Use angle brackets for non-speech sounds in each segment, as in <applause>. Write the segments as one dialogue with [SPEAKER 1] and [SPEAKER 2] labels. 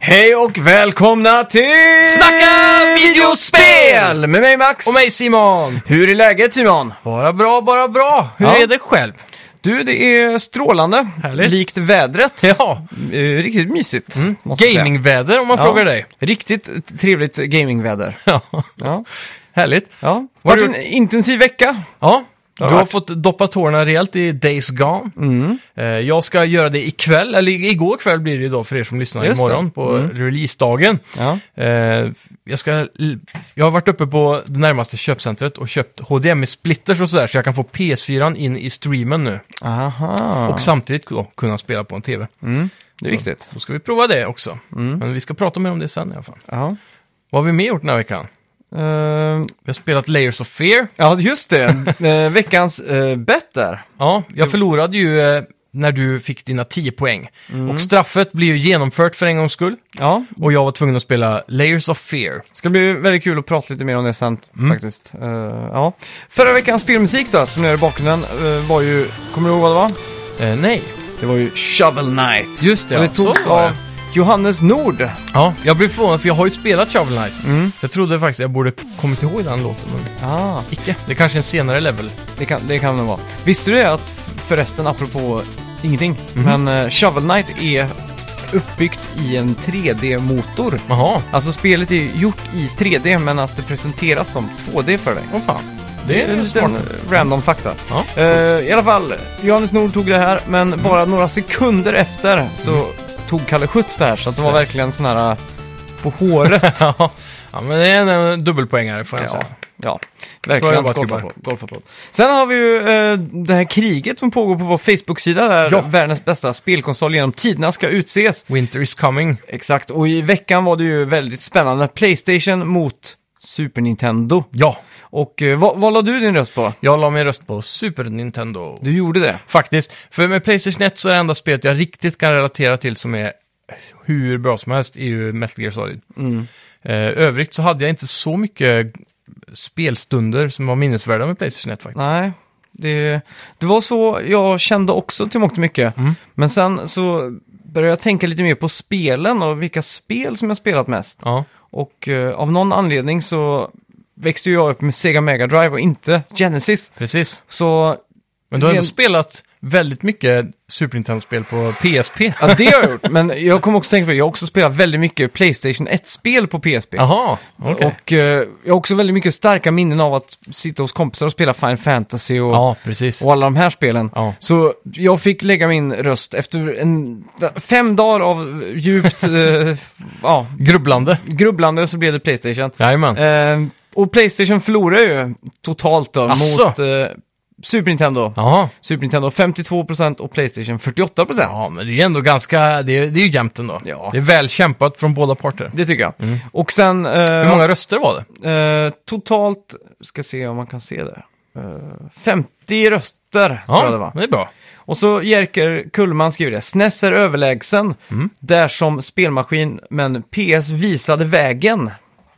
[SPEAKER 1] Hej och välkomna till
[SPEAKER 2] Snacka videospel!
[SPEAKER 1] Med mig Max!
[SPEAKER 2] Och mig Simon!
[SPEAKER 1] Hur är läget Simon?
[SPEAKER 2] Bara bra, bara bra. Hur
[SPEAKER 1] Ja.
[SPEAKER 2] är det själv?
[SPEAKER 1] Du, det är strålande.
[SPEAKER 2] Härligt.
[SPEAKER 1] Likt vädret.
[SPEAKER 2] Ja,
[SPEAKER 1] Eh, Riktigt mysigt.
[SPEAKER 2] Mm,
[SPEAKER 1] måste jag säga.
[SPEAKER 2] gamingväder om man
[SPEAKER 1] Ja.
[SPEAKER 2] frågar dig.
[SPEAKER 1] Riktigt trevligt gamingväder.
[SPEAKER 2] <laughs> Ja,
[SPEAKER 1] Ja.
[SPEAKER 2] härligt.
[SPEAKER 1] ja.
[SPEAKER 2] Vad
[SPEAKER 1] Varit en
[SPEAKER 2] du-
[SPEAKER 1] intensiv vecka.
[SPEAKER 2] Ja,
[SPEAKER 1] har
[SPEAKER 2] du har
[SPEAKER 1] varit.
[SPEAKER 2] fått doppa tårna rejält i Days Gone.
[SPEAKER 1] Mm.
[SPEAKER 2] Eh, Jag ska göra det ikväll, eller igår kväll blir det Mm. idag för er som lyssnar
[SPEAKER 1] Just det.
[SPEAKER 2] imorgon på releasedagen.
[SPEAKER 1] Ja.
[SPEAKER 2] Eh, Jag, ska, jag har varit uppe på det närmaste köpcentret och köpt HDMI-splitters och sådär så jag kan få PS4 in i streamen nu.
[SPEAKER 1] Aha.
[SPEAKER 2] Och samtidigt då kunna spela på en TV.
[SPEAKER 1] det är riktigt.
[SPEAKER 2] Då ska vi prova det också. Men vi ska prata mer om det sen i alla fall.
[SPEAKER 1] Ja.
[SPEAKER 2] Vad har vi mer gjort den här veckan?
[SPEAKER 1] Eh,
[SPEAKER 2] Vi har spelat Layers of Fear.
[SPEAKER 1] ja, just
[SPEAKER 2] <laughs>
[SPEAKER 1] det. Eh, veckans uh, bett där.
[SPEAKER 2] Ja, jag förlorade ju eh, när du fick dina 10 poäng. Och straffet blir ju genomfört för en gångs skull.
[SPEAKER 1] Ja,
[SPEAKER 2] Och jag var tvungen att spela Layers of Fear.
[SPEAKER 1] Ska bli väldigt kul att prata lite mer om det sen faktiskt. Eh, ja. Förra veckans filmmusik då, som ni hör i bakgrunden, eh, var ju, kommer du ihåg vad det var?
[SPEAKER 2] Eh, nej.
[SPEAKER 1] Det var ju Shovel Knight.
[SPEAKER 2] Just det,
[SPEAKER 1] och det
[SPEAKER 2] ja,
[SPEAKER 1] togs
[SPEAKER 2] så var
[SPEAKER 1] av
[SPEAKER 2] det.
[SPEAKER 1] Johannes Nord.
[SPEAKER 2] Ja, jag blev förvånad för jag har ju spelat Shovel Knight. Så jag trodde faktiskt jag borde kommit ihåg den låten, men
[SPEAKER 1] Ah,
[SPEAKER 2] icke. Det är kanske är en senare level.
[SPEAKER 1] det kan det kan det vara. Visste du det att, förresten, apropå ingenting, men eh, Shovel Knight är uppbyggt i en 3D-motor.
[SPEAKER 2] Jaha,
[SPEAKER 1] Alltså spelet är ju gjort i 3D, men att det presenteras som 2D för dig.
[SPEAKER 2] åh fan. Det är
[SPEAKER 1] en
[SPEAKER 2] en
[SPEAKER 1] liten
[SPEAKER 2] smart.
[SPEAKER 1] random fakta.
[SPEAKER 2] <laughs> Ja.
[SPEAKER 1] Eh, I alla fall, Johannes Nord tog det här, men bara några sekunder efter så tog Kalle Schütz det här, så att det var verkligen sån här eh, på håret.
[SPEAKER 2] <laughs> ja, men det är en, en eh, dubbelpoängare får jag
[SPEAKER 1] ja.
[SPEAKER 2] säga.
[SPEAKER 1] ja,
[SPEAKER 2] Bra
[SPEAKER 1] verkligen
[SPEAKER 2] jobbat,
[SPEAKER 1] golfapplåd. golfapplåd. Sen har vi ju eh, det här kriget som pågår på vår Facebook-sida där
[SPEAKER 2] Ja.
[SPEAKER 1] världens bästa spelkonsol genom tiderna ska utses.
[SPEAKER 2] Winter is coming.
[SPEAKER 1] Exakt, och i veckan var det ju väldigt spännande. Playstation mot Super Nintendo.
[SPEAKER 2] Ja,
[SPEAKER 1] Och eh, vad, vad la du din röst på?
[SPEAKER 2] jag la min röst på Super Nintendo.
[SPEAKER 1] Du gjorde det.
[SPEAKER 2] Faktiskt. För med Playstation 1 så är det enda spelet jag riktigt kan relatera till som är hur bra som helst är ju Metal Gear Solid.
[SPEAKER 1] Mm.
[SPEAKER 2] Eh, övrigt så hade jag inte så mycket spelstunder som var minnesvärda med Playstation 1 faktiskt.
[SPEAKER 1] Nej, det, det var så jag kände också till mångt och mycket.
[SPEAKER 2] Mm.
[SPEAKER 1] Men sen så började jag tänka lite mer på spelen och vilka spel som jag spelat mest.
[SPEAKER 2] Ja,
[SPEAKER 1] Och eh, av någon anledning så växte ju jag upp med Sega Mega Drive och inte Genesis.
[SPEAKER 2] precis.
[SPEAKER 1] Så
[SPEAKER 2] Men du har ändå
[SPEAKER 1] Gen-
[SPEAKER 2] spelat väldigt mycket Super Nintendo-spel på PSP.
[SPEAKER 1] ja, det har jag gjort. Men jag kom också tänka på att jag har också spelat väldigt mycket Playstation 1-spel på PSP.
[SPEAKER 2] Jaha, Ah, okej.
[SPEAKER 1] Och eh, jag har också väldigt mycket starka minnen av att sitta hos kompisar och spela Final Fantasy och
[SPEAKER 2] Ja, precis.
[SPEAKER 1] och alla de här spelen.
[SPEAKER 2] Ja.
[SPEAKER 1] Så jag fick lägga min röst efter en, fem dagar av
[SPEAKER 2] <laughs>
[SPEAKER 1] djupt eh, ja,
[SPEAKER 2] Grubblande.
[SPEAKER 1] grubblande så blev det Playstation.
[SPEAKER 2] Jajamän.
[SPEAKER 1] Eh, och Playstation förlorade ju totalt då
[SPEAKER 2] Asså?
[SPEAKER 1] mot eh, Super Nintendo.
[SPEAKER 2] Jaha.
[SPEAKER 1] Super Nintendo 52% och Playstation 48%.
[SPEAKER 2] Ja, men det är ändå ganska, det är, det är ju jämnt ändå.
[SPEAKER 1] Ja.
[SPEAKER 2] Det är väl kämpat från båda parter.
[SPEAKER 1] Det tycker jag. Och sen eh,
[SPEAKER 2] Mm. Hur många röster var det?
[SPEAKER 1] eh, totalt, ska se om man kan se det. Eh, 50 röster tror jag det var.
[SPEAKER 2] men det är bra.
[SPEAKER 1] Och så Jerker Kullman skriver det. SNES är överlägsen, där som spelmaskin, men PS visade vägen,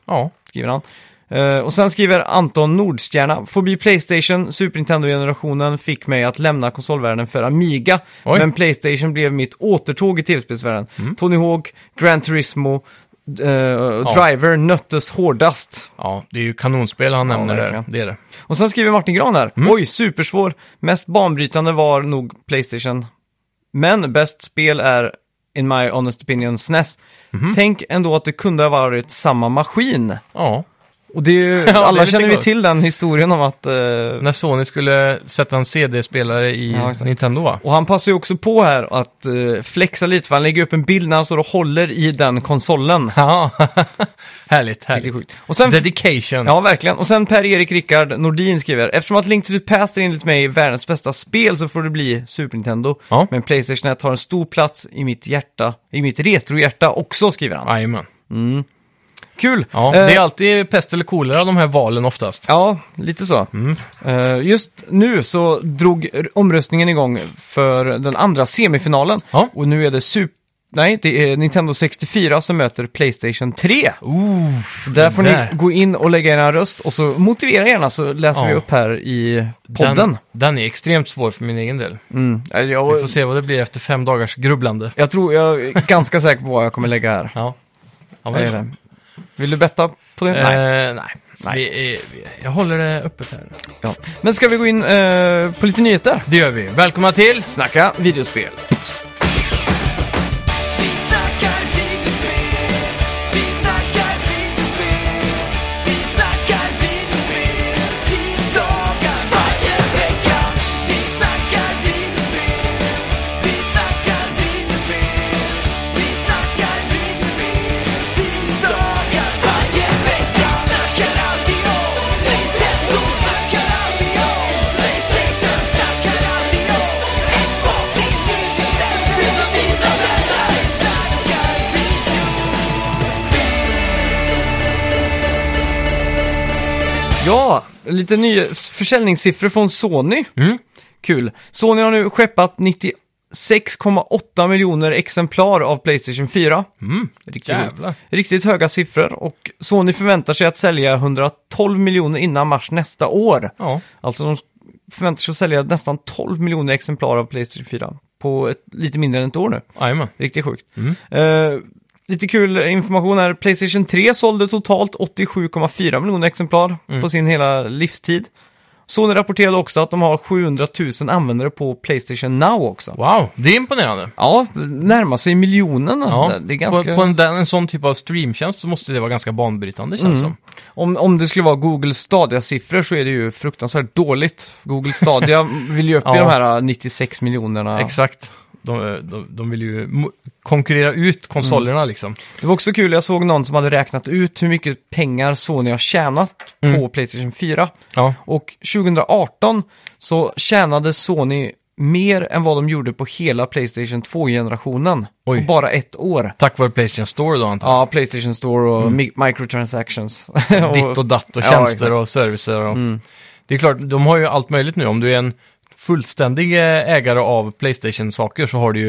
[SPEAKER 2] Ja,
[SPEAKER 1] skriver han. Eh, och sen skriver Anton Nordstjärna. Förbi Playstation, Super Nintendo-generationen fick mig att lämna konsolvärlden för Amiga.
[SPEAKER 2] Oj.
[SPEAKER 1] Men Playstation blev mitt återtåg i tv-spelsvärlden. Tony Hawk, Gran Turismo, eh, Driver nöttes hårdast.
[SPEAKER 2] ja det är ju kanonspel han nämner där.
[SPEAKER 1] verkligen.
[SPEAKER 2] Det är det.
[SPEAKER 1] Och sen skriver Martin Gran här.
[SPEAKER 2] Mm.
[SPEAKER 1] Oj, supersvår. Mest banbrytande var nog Playstation. Men bäst spel är, in my honest opinion, SNES.
[SPEAKER 2] Mhm.
[SPEAKER 1] Tänk ändå att det kunde ha varit samma maskin.
[SPEAKER 2] <laughs> Ja,
[SPEAKER 1] Och det är ju,
[SPEAKER 2] det är
[SPEAKER 1] alla
[SPEAKER 2] lite
[SPEAKER 1] känner vi
[SPEAKER 2] gott.
[SPEAKER 1] till den historien om att... eh,
[SPEAKER 2] när Sony skulle sätta en CD-spelare i
[SPEAKER 1] Ja, exakt.
[SPEAKER 2] Nintendo va? <laughs>
[SPEAKER 1] och han passar ju också på här att eh, flexa lite, för han lägger upp en bild när han står och håller i den konsolen.
[SPEAKER 2] Ja, härligt,
[SPEAKER 1] Det är
[SPEAKER 2] härligt.
[SPEAKER 1] sjukt. Och sen
[SPEAKER 2] Dedication.
[SPEAKER 1] Ja, verkligen. Och sen Per-Erik Rickard Nordin skriver, eftersom att Link to the Past är enligt mig världens bästa spel så får det bli Super Nintendo.
[SPEAKER 2] Ja.
[SPEAKER 1] Men Playstation 1 har en stor plats i mitt hjärta, i mitt retrohjärta också, skriver han.
[SPEAKER 2] Jajamän.
[SPEAKER 1] Kul!
[SPEAKER 2] Ja,
[SPEAKER 1] Eh,
[SPEAKER 2] det är alltid pest eller kolera de här valen oftast.
[SPEAKER 1] ja, lite så.
[SPEAKER 2] Mm.
[SPEAKER 1] Eh, just nu så drog r- omröstningen igång för den andra semifinalen.
[SPEAKER 2] Ja.
[SPEAKER 1] Och nu är det Super... Nej, det är Nintendo 64 som möter Playstation 3.
[SPEAKER 2] Oof,
[SPEAKER 1] Där får
[SPEAKER 2] där.
[SPEAKER 1] ni gå in och lägga era röst och så motivera gärna så läser
[SPEAKER 2] Ja.
[SPEAKER 1] vi upp här i podden.
[SPEAKER 2] Den, den är extremt svår för min egen del.
[SPEAKER 1] Ja,
[SPEAKER 2] Vi får
[SPEAKER 1] Äh, Jag,
[SPEAKER 2] se vad det blir efter fem dagars grubblande.
[SPEAKER 1] jag tror, jag är ganska säker på vad jag kommer lägga här.
[SPEAKER 2] Ja, Ja,
[SPEAKER 1] Jag
[SPEAKER 2] men-
[SPEAKER 1] gillar den. Vill du betta på det? Nej.
[SPEAKER 2] Eh, nej.
[SPEAKER 1] Nej.
[SPEAKER 2] Vi, är- vi, jag håller det öppet här.
[SPEAKER 1] Ja. Men ska vi gå in eh, på lite nyheter?
[SPEAKER 2] Det gör vi. Välkomna till!
[SPEAKER 1] Snacka videospel.
[SPEAKER 3] Vi snackar videospel, vi snackar videospel, vi snackar videospel, tisdagar varje vecka. Vi snackar videospel, vi snackar videospel, vi snackar videospel, tisdagar varje vecka. Snackar alltid om Nintendo, snackar alltid om Playstation, snackar alltid om Xbox, din nyhetssajt, du som dina vänner. Vi snackar video.
[SPEAKER 1] Ja, lite nya försäljningssiffror från Sony.
[SPEAKER 2] Mm.
[SPEAKER 1] Kul. Sony har nu skeppat 96,8 miljoner exemplar av Playstation 4.
[SPEAKER 2] Mm.
[SPEAKER 1] Riktigt,
[SPEAKER 2] Jävlar.
[SPEAKER 1] riktigt höga siffror och Sony förväntar sig att sälja 112 miljoner innan mars nästa år.
[SPEAKER 2] Ja.
[SPEAKER 1] Alltså de förväntar sig att sälja nästan 12 miljoner exemplar av Playstation 4 på ett, lite mindre än ett år nu.
[SPEAKER 2] Jajamän.
[SPEAKER 1] Riktigt sjukt.
[SPEAKER 2] Mm.
[SPEAKER 1] Eh, lite kul information här. Playstation 3 sålde totalt 87,4 miljoner exemplar
[SPEAKER 2] Mm.
[SPEAKER 1] på sin hela livstid. Sony rapporterade också att de har 700 000 användare på Playstation Now också.
[SPEAKER 2] Wow, det är imponerande.
[SPEAKER 1] Ja, närmar sig miljonen.
[SPEAKER 2] Ja.
[SPEAKER 1] Det är ganska...
[SPEAKER 2] På, på en, den- en sån typ av streamtjänst så måste det vara ganska banbrytande
[SPEAKER 1] Mm.
[SPEAKER 2] känns som.
[SPEAKER 1] Om, om det skulle vara Google Stadia-siffror så är det ju fruktansvärt dåligt. Google
[SPEAKER 2] <laughs>
[SPEAKER 1] Stadia vill ju upp i
[SPEAKER 2] Ja.
[SPEAKER 1] de här 96 miljonerna.
[SPEAKER 2] Exakt. De, eh, de, de vill ju mo- konkurrera ut konsolerna
[SPEAKER 1] Mm.
[SPEAKER 2] liksom.
[SPEAKER 1] Det var också kul, jag såg någon som hade räknat ut hur mycket pengar Sony har tjänat
[SPEAKER 2] Mm.
[SPEAKER 1] på Playstation 4.
[SPEAKER 2] Ja.
[SPEAKER 1] Och 2018 så tjänade Sony mer än vad de gjorde på hela Playstation 2-generationen. På
[SPEAKER 2] Oj.
[SPEAKER 1] bara ett år.
[SPEAKER 2] Tack vare Playstation Store då antar jag.
[SPEAKER 1] Ja, Playstation Store och mi- microtransactions. <laughs>
[SPEAKER 2] Mm. Ditt och datt och
[SPEAKER 1] Ja,
[SPEAKER 2] tjänster
[SPEAKER 1] exakt. Mm.
[SPEAKER 2] och servicer. Och... Det är klart, de har ju allt möjligt nu. Om du är en fullständig eh, ägare av Playstation-saker så har du ju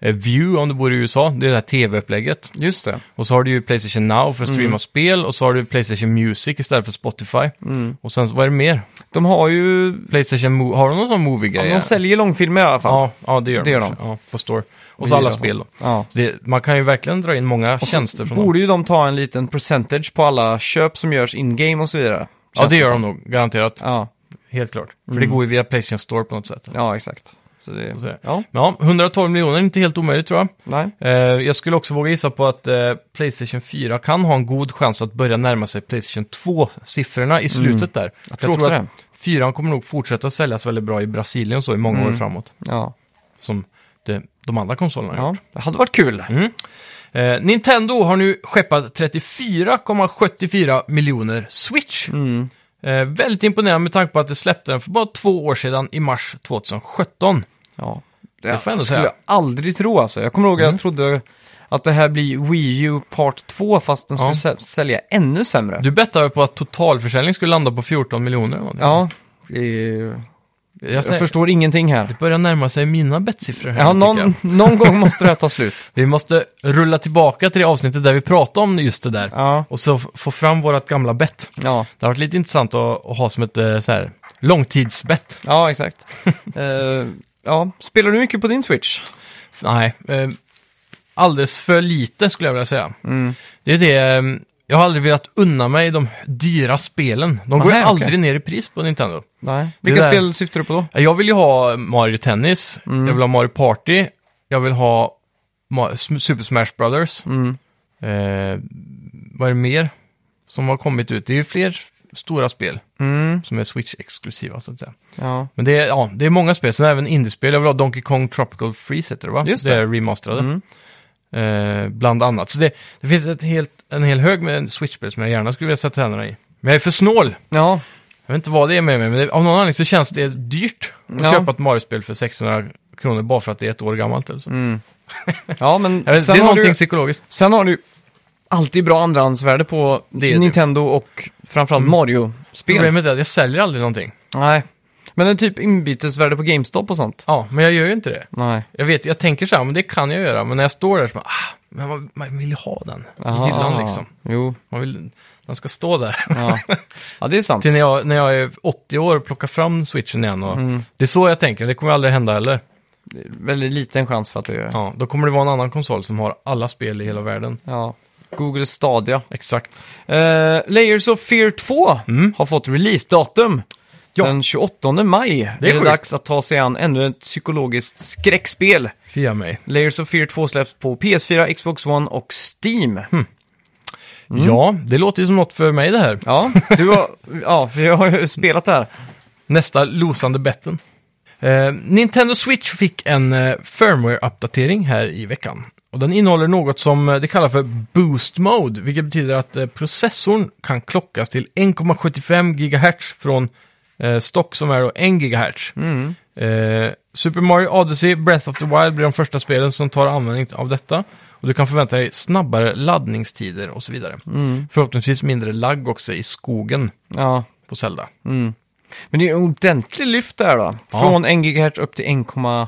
[SPEAKER 2] eh, View om du bor i USA, det är det här tv-upplägget.
[SPEAKER 1] Just det.
[SPEAKER 2] Och så har du ju Playstation Now för att streama
[SPEAKER 1] Mm.
[SPEAKER 2] spel och så har du Playstation Music istället för Spotify.
[SPEAKER 1] Mm.
[SPEAKER 2] Och sen, så- vad är det mer?
[SPEAKER 1] De har ju...
[SPEAKER 2] Playstation Mo- har de någon sån
[SPEAKER 1] Ja,
[SPEAKER 2] movie-grej?
[SPEAKER 1] de säljer långfilmer i alla fall.
[SPEAKER 2] ja, ja, det gör
[SPEAKER 1] Det gör
[SPEAKER 2] de.
[SPEAKER 1] de.
[SPEAKER 2] Ja, på Store. Och så
[SPEAKER 1] Video.
[SPEAKER 2] alla spel då.
[SPEAKER 1] Ja.
[SPEAKER 2] Så det, man kan ju verkligen dra in många tjänster från dem.
[SPEAKER 1] Borde ju de ta en liten percentage på alla köp som görs in-game och så vidare.
[SPEAKER 2] Ja,
[SPEAKER 1] Känns
[SPEAKER 2] det gör de
[SPEAKER 1] som.
[SPEAKER 2] nog, garanterat.
[SPEAKER 1] Ja, Mm.
[SPEAKER 2] Helt klart. För det går ju via Playstation Store på något sätt.
[SPEAKER 1] ja exakt. Så det...
[SPEAKER 2] det.
[SPEAKER 1] Ja,
[SPEAKER 2] Ja, 112 miljoner är inte helt omöjligt tror jag.
[SPEAKER 1] nej.
[SPEAKER 2] Eh, jag skulle också våga gissa på att eh, Playstation 4 kan ha en god chans att börja närma sig Playstation 2-siffrorna i slutet där. Jag
[SPEAKER 1] Mm. tror också det.
[SPEAKER 2] 4 kommer nog fortsätta säljas väldigt bra i Brasilien och så i många
[SPEAKER 1] Mm.
[SPEAKER 2] år framåt.
[SPEAKER 1] Ja.
[SPEAKER 2] Som det, de andra konsolerna.
[SPEAKER 1] ja, det hade varit kul.
[SPEAKER 2] Eh, Nintendo har nu skeppat 34,74 miljoner Switch.
[SPEAKER 1] Mm.
[SPEAKER 2] Eh, väldigt imponerande med tanke på att det släppte den för bara två år sedan i mars 2017.
[SPEAKER 1] Ja.
[SPEAKER 2] Det får jag ändå
[SPEAKER 1] skulle
[SPEAKER 2] säga. Mm.
[SPEAKER 1] jag aldrig tro alltså. Jag kommer ihåg att jag trodde att det här blir Wii U Part 2 fast den
[SPEAKER 2] Ja.
[SPEAKER 1] skulle sä- sälja ännu sämre.
[SPEAKER 2] Du bettade på att totalförsäljningen skulle landa på 14 miljoner. eller någonting.
[SPEAKER 1] Ja, det är...
[SPEAKER 2] jag,
[SPEAKER 1] jag
[SPEAKER 2] säger,
[SPEAKER 1] förstår ingenting här.
[SPEAKER 2] Det börjar närma sig mina bettsiffror här.
[SPEAKER 1] Ja,
[SPEAKER 2] tycker jag.
[SPEAKER 1] någon, någon gång måste det
[SPEAKER 2] <laughs>
[SPEAKER 1] här ta slut.
[SPEAKER 2] Vi måste rulla tillbaka till det avsnittet där vi pratade om just det där.
[SPEAKER 1] Ja,
[SPEAKER 2] Och så f- få fram vårt gamla bett.
[SPEAKER 1] ja,
[SPEAKER 2] Det har varit lite intressant att, att ha som ett eh, så här, långtidsbett.
[SPEAKER 1] ja exakt.
[SPEAKER 2] <laughs>
[SPEAKER 1] Eh, ja, spelar du mycket på din Switch?
[SPEAKER 2] Nej, eh, alldeles för lite skulle jag vilja säga. Det är det, eh, jag har aldrig velat unna mig de dyra spelen. De går
[SPEAKER 1] Nej, okej.
[SPEAKER 2] aldrig ner i pris på Nintendo.
[SPEAKER 1] Nej. Vilka
[SPEAKER 2] där-
[SPEAKER 1] spel syftar du på då?
[SPEAKER 2] Jag vill ju ha Mario Tennis, jag vill ha Mario Party, jag vill ha Ma- Sm- Super Smash Brothers.
[SPEAKER 1] Mm.
[SPEAKER 2] Eh, vad är det mer som har kommit ut? Det är ju fler stora spel
[SPEAKER 1] Mm,
[SPEAKER 2] som är Switch-exklusiva så att säga.
[SPEAKER 1] ja.
[SPEAKER 2] Men det är, ja, det är många spel, sen även indiespel. Jag vill ha Donkey Kong Tropical Freeze heter det va?
[SPEAKER 1] Just Mm.
[SPEAKER 2] det. är remasterade. Eh, bland annat. Så det, det finns ett helt, en hel hög med Switch-spel som jag gärna skulle vilja sätta händerna i. Men jag är för snål.
[SPEAKER 1] Ja,
[SPEAKER 2] Jag vet inte vad det är med mig, men det, av någon anledning så känns det dyrt att
[SPEAKER 1] Ja.
[SPEAKER 2] köpa ett Mario-spel för 600 kronor bara för att det är ett år gammalt. Eller så.
[SPEAKER 1] ja men
[SPEAKER 2] Jag vet, det är
[SPEAKER 1] Mm. har
[SPEAKER 2] någonting
[SPEAKER 1] du,
[SPEAKER 2] psykologiskt.
[SPEAKER 1] sen har du alltid bra andrahandsvärde på
[SPEAKER 2] Det är det.
[SPEAKER 1] Nintendo och framförallt Mario-spel.
[SPEAKER 2] Problemet är att jag säljer aldrig någonting.
[SPEAKER 1] Nej. Men det är typ inbytesvärde på GameStop och sånt?
[SPEAKER 2] Ja, men jag gör ju inte det.
[SPEAKER 1] Nej.
[SPEAKER 2] Jag vet, jag tänker så här, men det kan jag göra. Men när jag står där så bara, ah, men man, man vill ju ha den. I
[SPEAKER 1] Ah.
[SPEAKER 2] hyllan liksom.
[SPEAKER 1] Jo,
[SPEAKER 2] Man vill, den ska stå där.
[SPEAKER 1] ja. ja det är sant.
[SPEAKER 2] Till när jag, när jag är 80 år och plockar fram switchen igen. Och Det är så jag tänker, det kommer aldrig hända heller.
[SPEAKER 1] Väldigt liten chans för att det gör. Ja.
[SPEAKER 2] Ja, då kommer det vara en annan konsol som har alla spel i hela världen.
[SPEAKER 1] ja. Google Stadia.
[SPEAKER 2] Exakt.
[SPEAKER 1] Eh, Layers of Fear 2 har fått releasedatum.
[SPEAKER 2] Mm. Ja.
[SPEAKER 1] Den 28 maj
[SPEAKER 2] Det är
[SPEAKER 1] är det
[SPEAKER 2] sjukt.
[SPEAKER 1] dags att ta sig an ännu ett psykologiskt skräckspel.
[SPEAKER 2] Fia mig.
[SPEAKER 1] Layers of Fear 2 släpps på PS4, Xbox One och Steam.
[SPEAKER 2] Ja, det låter ju som något för mig det här.
[SPEAKER 1] Ja, du har, ja, vi har ju spelat det här.
[SPEAKER 2] Nästa losande betten. Eh, Nintendo Switch fick en eh, firmware-uppdatering här i veckan. Och den innehåller något som eh, det kallar för Boost Mode, vilket betyder att eh, processorn kan klockas till 1,75 GHz från eh, stock som är då 1 GHz. Eh, Super Mario Odyssey, Breath of the Wild blir de första spelen som tar användning av detta. Och du kan förvänta dig snabbare laddningstider och så vidare.
[SPEAKER 1] Mm.
[SPEAKER 2] Förhoppningsvis mindre lagg också i skogen
[SPEAKER 1] Ja. mm.
[SPEAKER 2] på Zelda.
[SPEAKER 1] Men det är en ordentlig lyft där då.
[SPEAKER 2] Ja.
[SPEAKER 1] Från 1 GHz upp till 1,75.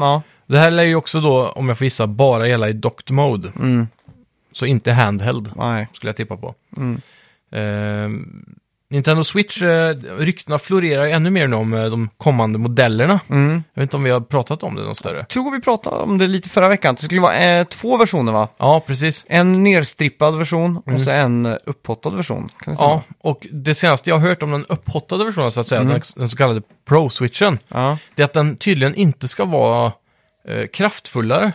[SPEAKER 1] Ja.
[SPEAKER 2] Det här lär ju också då, om jag får gissa, bara gälla i docked mode.
[SPEAKER 1] Mm.
[SPEAKER 2] Så inte handheld,
[SPEAKER 1] Nej.
[SPEAKER 2] skulle jag tippa på.
[SPEAKER 1] Mm.
[SPEAKER 2] Eh, Nintendo Switch, eh, ryktena florerar ju ännu mer nu om eh, de kommande modellerna.
[SPEAKER 1] Mm.
[SPEAKER 2] Jag vet inte om vi har pratat om det någon större.
[SPEAKER 1] Jag tror vi pratade om det lite förra veckan. Det skulle vara eh, två versioner va?
[SPEAKER 2] Ja, precis.
[SPEAKER 1] En nerstrippad version och så en eh, upphottad version. Kan det stämma?
[SPEAKER 2] Mm. Ja, och det senaste jag har hört om den upphottade versionen, så att säga,
[SPEAKER 1] Mm.
[SPEAKER 2] den, den så kallade Pro-switchen,
[SPEAKER 1] ja.
[SPEAKER 2] det är att den tydligen inte ska vara eh, kraftfullare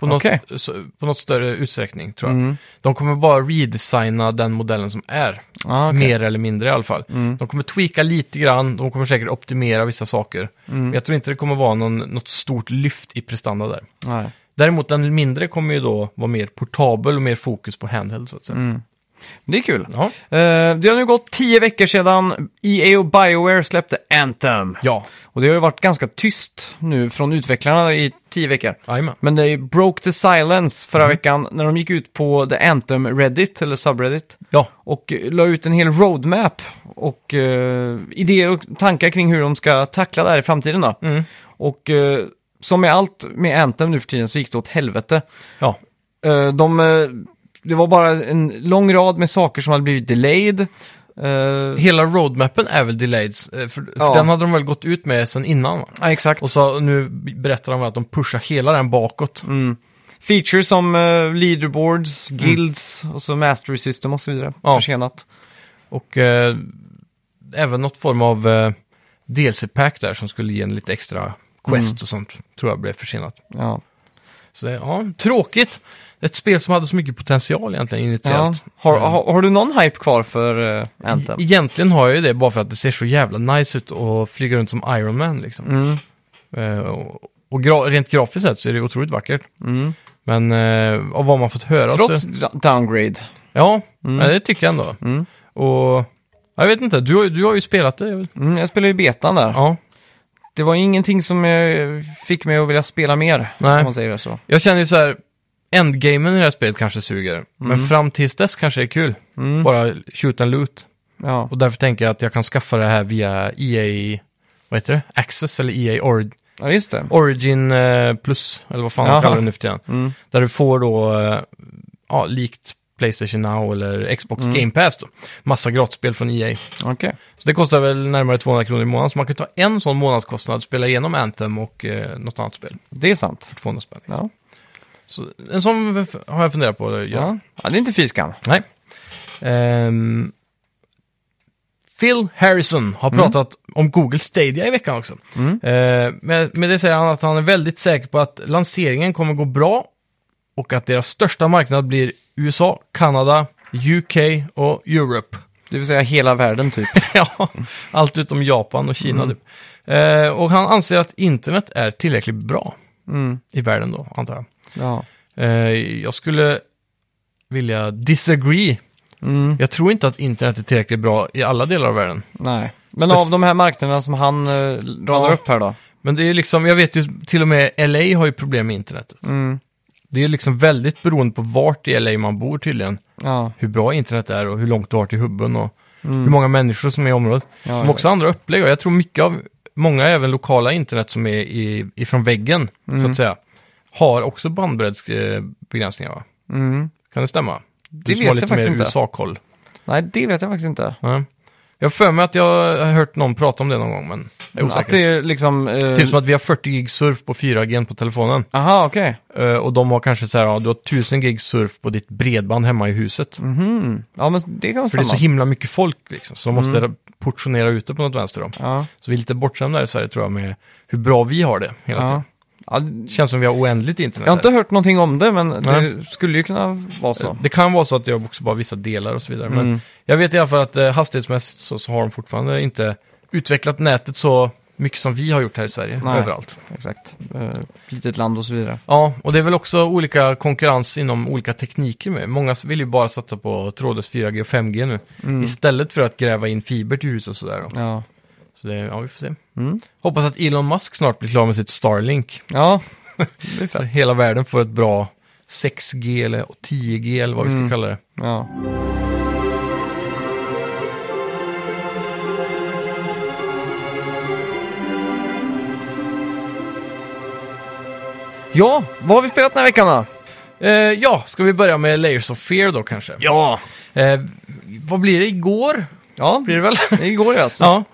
[SPEAKER 2] på något,
[SPEAKER 1] Okej.
[SPEAKER 2] så- på något större utsträckning, tror jag.
[SPEAKER 1] Mm.
[SPEAKER 2] De kommer bara redesigna den modellen som är.
[SPEAKER 1] Ja, okej. Mm.
[SPEAKER 2] Mer eller mindre i alla fall. De kommer tweaka lite grann, de kommer säkert optimera vissa saker.
[SPEAKER 1] Mm.
[SPEAKER 2] Men jag tror inte det kommer vara någon, något stort lyft i prestanda där.
[SPEAKER 1] Nej.
[SPEAKER 2] Däremot den mindre kommer ju då vara mer portabel och mer fokus på handheld så att säga.
[SPEAKER 1] Mm. Det är kul.
[SPEAKER 2] Ja.
[SPEAKER 1] Eh, det har nu gått tio veckor sedan EA och Bioware släppte Anthem.
[SPEAKER 2] Ja,
[SPEAKER 1] Och det har ju varit ganska tyst nu från utvecklarna i tio veckor.
[SPEAKER 2] jajamän.
[SPEAKER 1] Men det broke the silence förra veckan när de gick ut på The Anthem Reddit, eller subreddit,
[SPEAKER 2] Ja,
[SPEAKER 1] och eh, la ut en hel roadmap och eh, idéer och tankar kring hur de ska tackla det här i framtiden då.
[SPEAKER 2] Mm.
[SPEAKER 1] Och eh, som med allt med Anthem nu för tiden så gick det åt helvete.
[SPEAKER 2] ja.
[SPEAKER 1] Eh, de, eh, det var bara en lång rad med saker som hade blivit delayed. Eh,
[SPEAKER 2] Hela roadmappen är väl delays, eh, för, för
[SPEAKER 1] Ja.
[SPEAKER 2] den hade de väl gått ut med sen innan va?
[SPEAKER 1] ja, exakt.
[SPEAKER 2] Och så nu berättar de att de pushar hela den bakåt.
[SPEAKER 1] mm. Features som eh, leaderboards, guilds och så mastery system och så vidare.
[SPEAKER 2] Ja.
[SPEAKER 1] Försenat.
[SPEAKER 2] Och eh, även något form av eh, DLC-pack där som skulle ge en lite extra quest
[SPEAKER 1] Mm.
[SPEAKER 2] och sånt. Tror jag blev försenat.
[SPEAKER 1] Ja.
[SPEAKER 2] Så det, ja, tråkigt. Ett spel som hade så mycket potential egentligen
[SPEAKER 1] Ja.
[SPEAKER 2] initiellt.
[SPEAKER 1] Har, har, har du någon hype kvar för eh, Anthem?
[SPEAKER 2] E- Egentligen har jag ju det bara för att det ser så jävla nice ut och flyga runt som Iron Man liksom.
[SPEAKER 1] Mm.
[SPEAKER 2] Eh, och och gra- rent grafiskt sett så är det otroligt vackert.
[SPEAKER 1] Mm.
[SPEAKER 2] Men eh, av vad man fått höra
[SPEAKER 1] Trots
[SPEAKER 2] så...
[SPEAKER 1] dra- downgrade.
[SPEAKER 2] Ja, ja, det tycker jag ändå.
[SPEAKER 1] Mm.
[SPEAKER 2] Och jag vet inte, du, har ju- du har ju spelat det.
[SPEAKER 1] Mm, jag spelade ju betan där.
[SPEAKER 2] Ja.
[SPEAKER 1] Det var ingenting som eh, fick mig att vilja spela mer,
[SPEAKER 2] Nej.
[SPEAKER 1] om man säger det så.
[SPEAKER 2] Jag känner ju så här, endgamen i det här spelet kanske suger. Men fram tills dess kanske det är kul.
[SPEAKER 1] Mm.
[SPEAKER 2] Bara shoot and loot.
[SPEAKER 1] Ja.
[SPEAKER 2] Och därför tänker jag att jag kan skaffa det här via EA, vad heter det? Access eller EA Ori-
[SPEAKER 1] ja, just det.
[SPEAKER 2] Origin eh, Plus, eller vad fan de
[SPEAKER 1] Jaha.
[SPEAKER 2] kallar det nu för tiden.
[SPEAKER 1] Mm.
[SPEAKER 2] Där du får då, eh, ja, likt Playstation Now eller Xbox
[SPEAKER 1] Mm.
[SPEAKER 2] Game Pass då, massa gratisspel från EA.
[SPEAKER 1] Okej.
[SPEAKER 2] Så det kostar väl närmare 200 kronor i månaden, så man kan ta en sån månadskostnad, spela igenom Anthem och eh, något annat spel
[SPEAKER 1] Det är sant.
[SPEAKER 2] för 200 spänn. liksom.
[SPEAKER 1] Ja.
[SPEAKER 2] Så en sån f- har jag funderat på att göra.
[SPEAKER 1] Ja. ja, det är inte fy skam.
[SPEAKER 2] Nej. Ehm, Phil Harrison har
[SPEAKER 1] Mm.
[SPEAKER 2] pratat om Google Stadia i veckan också. Ehm, med, med det säger han att han är väldigt säker på att lanseringen kommer gå bra och att deras största marknad blir USA, Kanada, UK och Europe. <laughs>
[SPEAKER 1] Det vill säga hela världen typ.
[SPEAKER 2] ja, allt utom Japan och Kina
[SPEAKER 1] Mm.
[SPEAKER 2] typ. Ehm, och han anser att internet är tillräckligt bra
[SPEAKER 1] Mm.
[SPEAKER 2] i världen då, antar jag.
[SPEAKER 1] Ja.
[SPEAKER 2] Ehm, jag skulle vilja disagree
[SPEAKER 1] Mm.
[SPEAKER 2] jag tror inte att internet är tillräckligt bra i alla delar av världen.
[SPEAKER 1] Nej. Men
[SPEAKER 2] Spec-
[SPEAKER 1] av de här marknaderna som han eh, radar
[SPEAKER 2] Ja.
[SPEAKER 1] upp här då?
[SPEAKER 2] Men det är ju liksom, jag vet ju till och med LA har ju problem med internetet.
[SPEAKER 1] Mm.
[SPEAKER 2] Det är ju liksom väldigt beroende på vart i LA man bor tydligen.
[SPEAKER 1] Ja.
[SPEAKER 2] Hur bra internet är och hur långt du har till hubben och hur många människor som är i området.
[SPEAKER 1] Mm. Ja,
[SPEAKER 2] Men också andra upplägg. Och jag tror mycket av, många även lokala internet som är i, ifrån väggen, så
[SPEAKER 1] Mm.
[SPEAKER 2] att säga, har också bandbreddsbegränsningar va?
[SPEAKER 1] Mm.
[SPEAKER 2] Kan det stämma? Det du som
[SPEAKER 1] vet
[SPEAKER 2] har
[SPEAKER 1] jag
[SPEAKER 2] lite
[SPEAKER 1] faktiskt
[SPEAKER 2] mer
[SPEAKER 1] inte.
[SPEAKER 2] USA-koll.
[SPEAKER 1] Nej, det vet jag faktiskt inte.
[SPEAKER 2] Ja. Jag har för mig att jag har hört någon prata om det någon gång, men jag är
[SPEAKER 1] Att
[SPEAKER 2] osäker.
[SPEAKER 1] det är liksom... eh,
[SPEAKER 2] Typ som att vi har 40 gig surf på 4G på telefonen.
[SPEAKER 1] Aha, okej.
[SPEAKER 2] Eh, och de har kanske så här, ja, du har 1000 gig surf på ditt bredband hemma i huset.
[SPEAKER 1] Mhm. Ja, men det kan
[SPEAKER 2] För det
[SPEAKER 1] vara
[SPEAKER 2] är så
[SPEAKER 1] samma. Mm.
[SPEAKER 2] himla mycket folk liksom, så de måste portionera ut det på något vänster då.
[SPEAKER 1] Ja.
[SPEAKER 2] Så vi är lite bortskämda i Sverige tror jag med hur bra vi har det hela
[SPEAKER 1] Ja.
[SPEAKER 2] tiden.
[SPEAKER 1] Ja,
[SPEAKER 2] Det känns som vi har oändligt internet.
[SPEAKER 1] jag har
[SPEAKER 2] här.
[SPEAKER 1] inte hört någonting om det, men det
[SPEAKER 2] Nej.
[SPEAKER 1] skulle ju kunna vara så.
[SPEAKER 2] Det kan vara så att jag också bara vissa delar och så vidare.
[SPEAKER 1] Mm.
[SPEAKER 2] Men jag vet i alla fall att eh, hastighetsmässigt så, så har de fortfarande inte utvecklat nätet så mycket som vi har gjort här i Sverige,
[SPEAKER 1] Nej.
[SPEAKER 2] överallt.
[SPEAKER 1] Exakt. Eh, litet land och så vidare.
[SPEAKER 2] Ja, och det är väl också olika konkurrens inom olika tekniker med. Många vill ju bara satsa på trådlös 4G och 5G nu.
[SPEAKER 1] Mm.
[SPEAKER 2] Istället för att gräva in fiber till hus och sådär. Då.
[SPEAKER 1] Ja.
[SPEAKER 2] Så det, ja, vi får se.
[SPEAKER 1] Mm.
[SPEAKER 2] Hoppas att Elon Musk snart blir klar med sitt Starlink.
[SPEAKER 1] Ja,
[SPEAKER 2] <laughs> Så hela världen får ett bra 6G eller 10G eller vad vi ska
[SPEAKER 1] Mm.
[SPEAKER 2] kalla det.
[SPEAKER 1] ja. Ja, vad har vi spelat den här veckan då?
[SPEAKER 2] Eh, ja, ska vi börja med Layers of Fear då kanske?
[SPEAKER 1] Ja!
[SPEAKER 2] Eh, vad blir det? Igår
[SPEAKER 1] Ja,
[SPEAKER 2] blir det
[SPEAKER 1] <laughs>
[SPEAKER 2] väl?
[SPEAKER 1] igår ja. Så,
[SPEAKER 2] ja.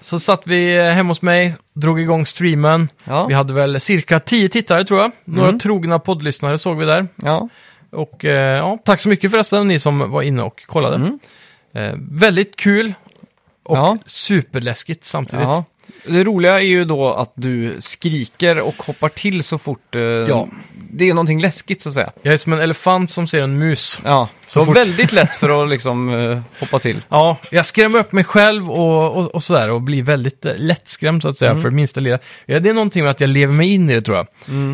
[SPEAKER 2] Så satt vi eh, hemma hos mig, drog igång streamen.
[SPEAKER 1] Ja. Mm.
[SPEAKER 2] Vi hade väl cirka 10 tittare tror jag. Några trogna poddlyssnare såg vi där.
[SPEAKER 1] ja.
[SPEAKER 2] Och eh, ja, tack så mycket förresten ni som var inne och kollade. Eh, väldigt kul och
[SPEAKER 1] Mm. Ja.
[SPEAKER 2] superläskigt samtidigt.
[SPEAKER 1] Ja. Det roliga är ju då att du skriker och hoppar till så fort eh,
[SPEAKER 2] Ja.
[SPEAKER 1] det är någonting läskigt så att säga.
[SPEAKER 2] Jag är som en elefant som ser en mus.
[SPEAKER 1] Ja,
[SPEAKER 2] Så
[SPEAKER 1] så
[SPEAKER 2] fort-
[SPEAKER 1] väldigt lätt för att liksom eh, hoppa till.
[SPEAKER 2] Ja, jag skrämmer upp mig själv och, och, och sådär och blir väldigt eh, lättskrämd så att
[SPEAKER 1] Mm.
[SPEAKER 2] säga för minsta lilla. Ja, det är någonting med att jag lever mig in i det tror jag,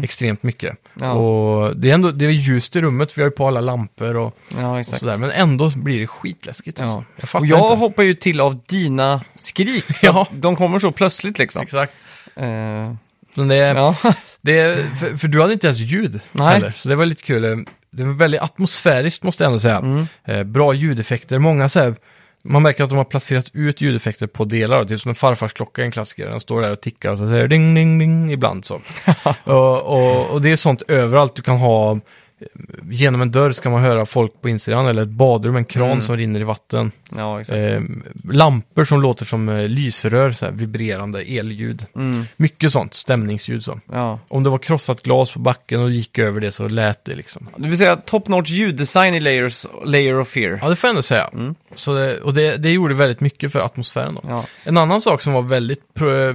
[SPEAKER 2] extremt mycket.
[SPEAKER 1] Ja.
[SPEAKER 2] Och det är ändå det är ljust i rummet, vi har ju på alla lampor och,
[SPEAKER 1] Ja,
[SPEAKER 2] och sådär, men ändå blir det skitläskigt. Alltså.
[SPEAKER 1] Ja.
[SPEAKER 2] Jag fattar
[SPEAKER 1] Och jag
[SPEAKER 2] inte.
[SPEAKER 1] hoppar ju till av dina skrik.
[SPEAKER 2] <laughs>
[SPEAKER 1] för
[SPEAKER 2] Ja.
[SPEAKER 1] att De kommer så plötsligt liksom.
[SPEAKER 2] Exakt.
[SPEAKER 1] Eh,
[SPEAKER 2] Men det,
[SPEAKER 1] ja. <laughs>
[SPEAKER 2] det, är- för, för du hade inte ens ljud
[SPEAKER 1] Nej.
[SPEAKER 2] heller, så det var lite kul. Eh, Det var väldigt atmosfäriskt måste jag ändå säga.
[SPEAKER 1] Mm.
[SPEAKER 2] Eh, bra ljudeffekter, många så här, man märker att de har placerat ut ljudeffekter på delar, typ som en farfars klocka är en klassiker. Den står där och tickar och så säger det ding, ding, ding
[SPEAKER 1] <laughs>
[SPEAKER 2] ibland så. och, och, och det är sånt överallt du kan ha, eh, genom en dörr ska man höra folk på insidan eller ett badrum, en kran
[SPEAKER 1] Mm.
[SPEAKER 2] som rinner i vatten.
[SPEAKER 1] ja, exakt.
[SPEAKER 2] Eh, lampor som låter som eh, lysrör, så här, vibrerande elljud.
[SPEAKER 1] Mm,
[SPEAKER 2] Mycket sånt, stämningsljud så.
[SPEAKER 1] ja.
[SPEAKER 2] Om det var krossat glas på backen och gick över det så lät det liksom.
[SPEAKER 1] Det vill säga top notch ljuddesign i layers, Layer of Fear.
[SPEAKER 2] Ja, det får jag ändå säga.
[SPEAKER 1] Mm.
[SPEAKER 2] Så det, och det, det gjorde väldigt mycket för atmosfären då.
[SPEAKER 1] Ja.
[SPEAKER 2] En annan sak som var väldigt pro- eh,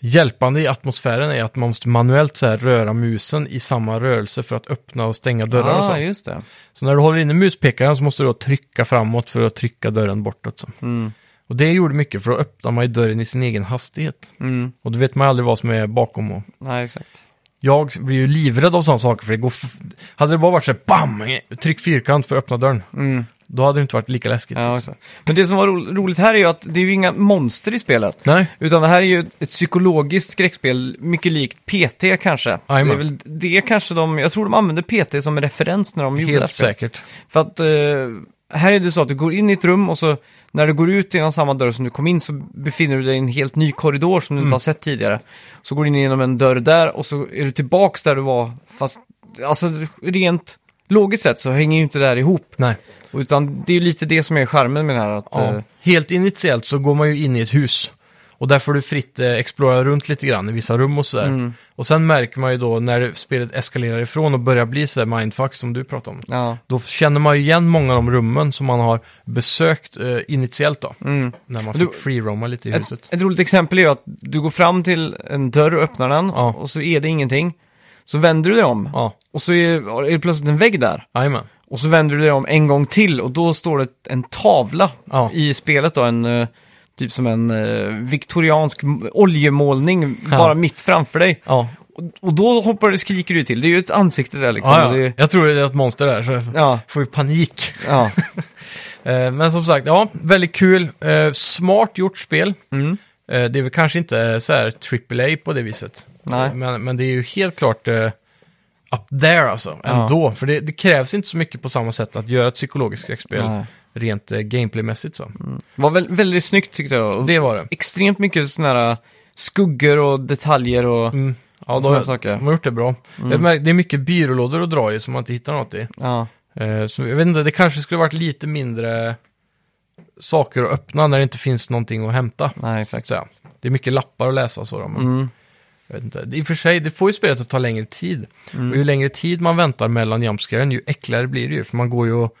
[SPEAKER 2] hjälpande i atmosfären är att man måste manuellt så här röra musen i samma rörelse för att öppna och stänga dörrar och
[SPEAKER 1] ah,
[SPEAKER 2] så.
[SPEAKER 1] just det.
[SPEAKER 2] Så när du håller inne muspekaren så måste du då trycka framåt för att trycka dörren bortåt. Så.
[SPEAKER 1] Mm.
[SPEAKER 2] Och det gjorde mycket för att öppna man ju dörren i sin egen hastighet.
[SPEAKER 1] Mm.
[SPEAKER 2] Och då vet man aldrig vad som är bakom och
[SPEAKER 1] Nej, exakt.
[SPEAKER 2] Jag blir ju livrädd av sådana saker, för det går... F- hade det bara varit så här, bam! Tryck fyrkant för att öppna dörren.
[SPEAKER 1] Mm.
[SPEAKER 2] Då hade det inte varit lika läskigt.
[SPEAKER 1] Ja, exakt. Men det som var ro- roligt här är ju att det är ju inga monster i spelet.
[SPEAKER 2] Nej,
[SPEAKER 1] Utan det här är ju ett ett psykologiskt skräckspel, mycket likt PT kanske.
[SPEAKER 2] Jajamän.
[SPEAKER 1] Det är väl det kanske de, jag tror de använde PT som referens när de gjorde det här
[SPEAKER 2] helt
[SPEAKER 1] spelet.
[SPEAKER 2] säkert.
[SPEAKER 1] För att eh, här är det så att du går in i ett rum och så när du går ut genom samma dörr som du kom in så befinner du dig i en helt ny korridor som du
[SPEAKER 2] Mm.
[SPEAKER 1] inte har sett tidigare. Så går du in genom en dörr där och så är du tillbaks där du var. Fast alltså rent logiskt sett så hänger ju inte det här ihop.
[SPEAKER 2] Nej.
[SPEAKER 1] Utan det är ju lite det som är charmen med det här. Att,
[SPEAKER 2] Ja.
[SPEAKER 1] eh,
[SPEAKER 2] Helt initiellt så går man ju in i ett hus. Och där får du fritt eh, explora runt lite grann i vissa rum och sådär.
[SPEAKER 1] Mm.
[SPEAKER 2] Och sen märker man ju då när spelet eskalerar ifrån och börjar bli sådär mindfuck som du pratade om.
[SPEAKER 1] ja.
[SPEAKER 2] Då känner man ju igen många av de rummen som man har besökt eh, initiellt då.
[SPEAKER 1] Mm.
[SPEAKER 2] När man
[SPEAKER 1] Men du-
[SPEAKER 2] fick free-roama lite i huset.
[SPEAKER 1] Ett, ett roligt exempel är ju att du går fram till en dörr och öppnar den
[SPEAKER 2] Ja.
[SPEAKER 1] och så är det ingenting. Så vänder du dig om
[SPEAKER 2] Ja,
[SPEAKER 1] och så är, är det plötsligt en vägg där.
[SPEAKER 2] jajamän.
[SPEAKER 1] Och så vänder du dig om en gång till och då står det en tavla
[SPEAKER 2] Ja.
[SPEAKER 1] i spelet då, en eh, typ som en eh, viktoriansk m- oljemålning
[SPEAKER 2] Ja.
[SPEAKER 1] bara mitt framför dig.
[SPEAKER 2] Ja,
[SPEAKER 1] Och, och då hoppar du, skriker du till, det är ju ett ansikte där liksom.
[SPEAKER 2] Ah, Ja,
[SPEAKER 1] Och
[SPEAKER 2] ja.
[SPEAKER 1] Det,
[SPEAKER 2] Jag tror det är ett monster där, så jag
[SPEAKER 1] ja,
[SPEAKER 2] får ju panik.
[SPEAKER 1] ja.
[SPEAKER 2] Eh, Men som sagt, ja, väldigt kul. eh, Smart gjort spel.
[SPEAKER 1] Mm.
[SPEAKER 2] Eh, Det är väl kanske inte så här AAA på det viset.
[SPEAKER 1] Nej.
[SPEAKER 2] Men, men det är ju helt klart eh, up there alltså,
[SPEAKER 1] Ja.
[SPEAKER 2] ändå. För det, det krävs inte så mycket på samma sätt att göra ett psykologiskt skräckspel
[SPEAKER 1] Nej. Mm.
[SPEAKER 2] rent eh, gameplaymässigt. Så.
[SPEAKER 1] Det var väl, väldigt snyggt tyckte jag. Och
[SPEAKER 2] Det var det.
[SPEAKER 1] Extremt mycket sådana här eh, skuggor och detaljer och...
[SPEAKER 2] Mm. Ja,
[SPEAKER 1] Såna
[SPEAKER 2] de,
[SPEAKER 1] saker.
[SPEAKER 2] de har gjort det bra.
[SPEAKER 1] Mm.
[SPEAKER 2] Jag märker- Det är mycket byrålådor att dra i som man inte hittar något i.
[SPEAKER 1] Ja.
[SPEAKER 2] Eh, Så jag vet inte, det kanske skulle varit lite mindre saker att öppna när det inte finns någonting att hämta.
[SPEAKER 1] Nej,
[SPEAKER 2] så Mm. att
[SPEAKER 1] exakt. Mm.
[SPEAKER 2] säga. Det är mycket lappar att läsa och så. Då, men jag vet inte. I och för sig, det får ju spelet att ta längre tid. Och ju längre tid man väntar mellan jumpscaren, ju äckligare blir det ju. För man går ju och,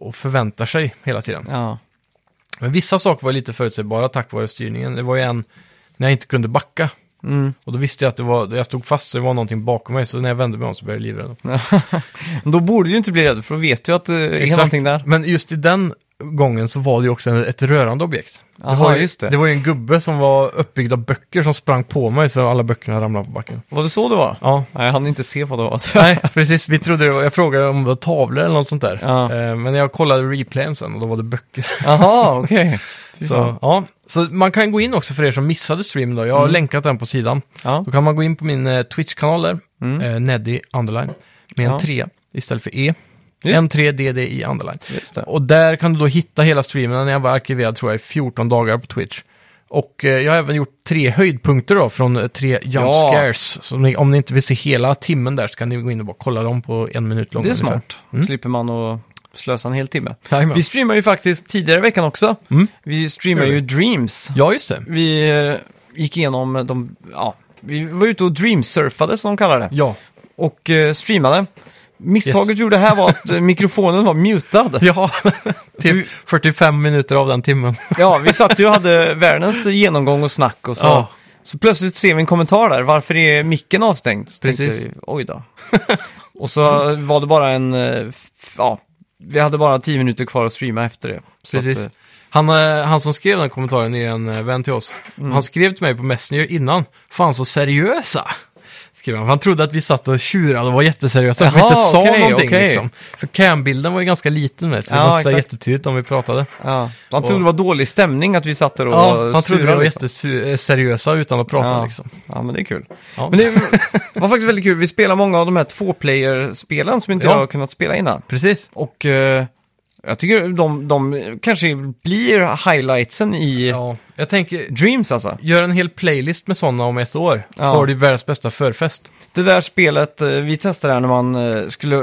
[SPEAKER 2] och förväntar sig hela tiden.
[SPEAKER 1] Ja,
[SPEAKER 2] Men vissa saker var lite förutsägbara tack vare styrningen. Det var ju en när jag inte kunde backa.
[SPEAKER 1] Mm.
[SPEAKER 2] Och då visste jag att det var, jag stod fast så det var någonting bakom mig. Så när jag vände mig om så blev jag livrädd.
[SPEAKER 1] men då borde du ju inte bli rädd för då vet du att det är någonting där.
[SPEAKER 2] Men just i den gången så var det ju också ett rörande objekt.
[SPEAKER 1] Aha,
[SPEAKER 2] var ju,
[SPEAKER 1] just det.
[SPEAKER 2] det var ju en gubbe som var uppbyggd av böcker som sprang på mig så alla böckerna ramlade på backen.
[SPEAKER 1] Var det så det var? <laughs>
[SPEAKER 2] Ja,
[SPEAKER 1] Nej, jag hann inte se vad det var. Så.
[SPEAKER 2] nej precis. Vi trodde det var, jag frågade om det var tavlor eller något sånt där.
[SPEAKER 1] Ja.
[SPEAKER 2] Eh, Men jag kollade replayen sen och då var det böcker.
[SPEAKER 1] <laughs> Jaha,
[SPEAKER 2] <laughs>
[SPEAKER 1] okej. Så.
[SPEAKER 2] Så, ja. så man kan gå in också för er som missade streamen då. Jag
[SPEAKER 1] Mm.
[SPEAKER 2] har länkat den på sidan.
[SPEAKER 1] Ja.
[SPEAKER 2] Då kan man gå in på min eh, Twitch-kanal där, eh, Neddy Underline, med
[SPEAKER 1] Mm.
[SPEAKER 2] en
[SPEAKER 1] Ja.
[SPEAKER 2] 3 istället för E.
[SPEAKER 1] Just.
[SPEAKER 2] En 3 DDI Underline.
[SPEAKER 1] Just det.
[SPEAKER 2] Och där kan du då hitta hela streamen. Den jag var arkiverad tror jag i 14 dagar på Twitch. Och eh, jag har även gjort tre höjdpunkter då från eh, tre jump
[SPEAKER 1] Ja.
[SPEAKER 2] scares. Så om ni, om ni inte vill se hela timmen där så kan ni gå in och bara kolla dem på en minut lång
[SPEAKER 1] Det är
[SPEAKER 2] ungefär.
[SPEAKER 1] smart. Slipper man att slösa en hel timme.
[SPEAKER 2] Mm. Jajamän. Mm.
[SPEAKER 1] Vi streamar ju faktiskt tidigare i veckan också. Vi streamar
[SPEAKER 2] Gör vi.
[SPEAKER 1] ju Dreams.
[SPEAKER 2] Ja, just det.
[SPEAKER 1] Vi eh, gick igenom de, ja, vi var ute och dreamsurfade som de kallar det.
[SPEAKER 2] Ja.
[SPEAKER 1] Och eh, streamade. Misstaget
[SPEAKER 2] Yes.
[SPEAKER 1] gjorde här var att eh, mikrofonen var mutad.
[SPEAKER 2] <laughs> Ja, typ 45 minuter av den timmen.
[SPEAKER 1] Ja, vi satt ju och hade världens genomgång och snack och så.
[SPEAKER 2] Ja.
[SPEAKER 1] Så plötsligt ser vi en kommentar där, varför är micken avstängd? Så tänkte
[SPEAKER 2] Precis.
[SPEAKER 1] vi, oj då. och så var det bara en, eh, f- ja, vi hade bara tio minuter kvar att streama efter det. Så
[SPEAKER 2] Precis.
[SPEAKER 1] att, eh,
[SPEAKER 2] han, eh, han som skrev den kommentaren är en eh, vän till oss.
[SPEAKER 1] Mm.
[SPEAKER 2] Han skrev till mig på Messenger innan. Fan så seriösa! Skrev han. han trodde att vi satt och tjurade och var jätteseriösa. att vi
[SPEAKER 1] Jaha,
[SPEAKER 2] inte sa
[SPEAKER 1] okej,
[SPEAKER 2] någonting
[SPEAKER 1] okej.
[SPEAKER 2] liksom. För cambilden var ju ganska liten med, så det
[SPEAKER 1] Ja,
[SPEAKER 2] var inte så
[SPEAKER 1] exakt.
[SPEAKER 2] jättetydligt om vi pratade.
[SPEAKER 1] ja. Så han trodde det var dålig stämning att vi satt där och
[SPEAKER 2] Ja,
[SPEAKER 1] var
[SPEAKER 2] han trodde vi
[SPEAKER 1] sura,
[SPEAKER 2] var
[SPEAKER 1] liksom.
[SPEAKER 2] jätteseriösa utan att prata
[SPEAKER 1] Ja.
[SPEAKER 2] liksom.
[SPEAKER 1] ja, men det är kul.
[SPEAKER 2] Ja. <laughs>
[SPEAKER 1] Men det var faktiskt väldigt kul, vi spelar många av de här två-player-spelen som inte
[SPEAKER 2] Ja.
[SPEAKER 1] jag har kunnat spela innan.
[SPEAKER 2] Precis.
[SPEAKER 1] Och eh, jag tycker de, de kanske blir highlightsen i
[SPEAKER 2] Ja. Jag tänker,
[SPEAKER 1] Dreams alltså.
[SPEAKER 2] gör en hel playlist med sådana om ett år.
[SPEAKER 1] Ja.
[SPEAKER 2] Så har du världens bästa förfest.
[SPEAKER 1] Det där spelet eh, vi testade här när man eh, skulle,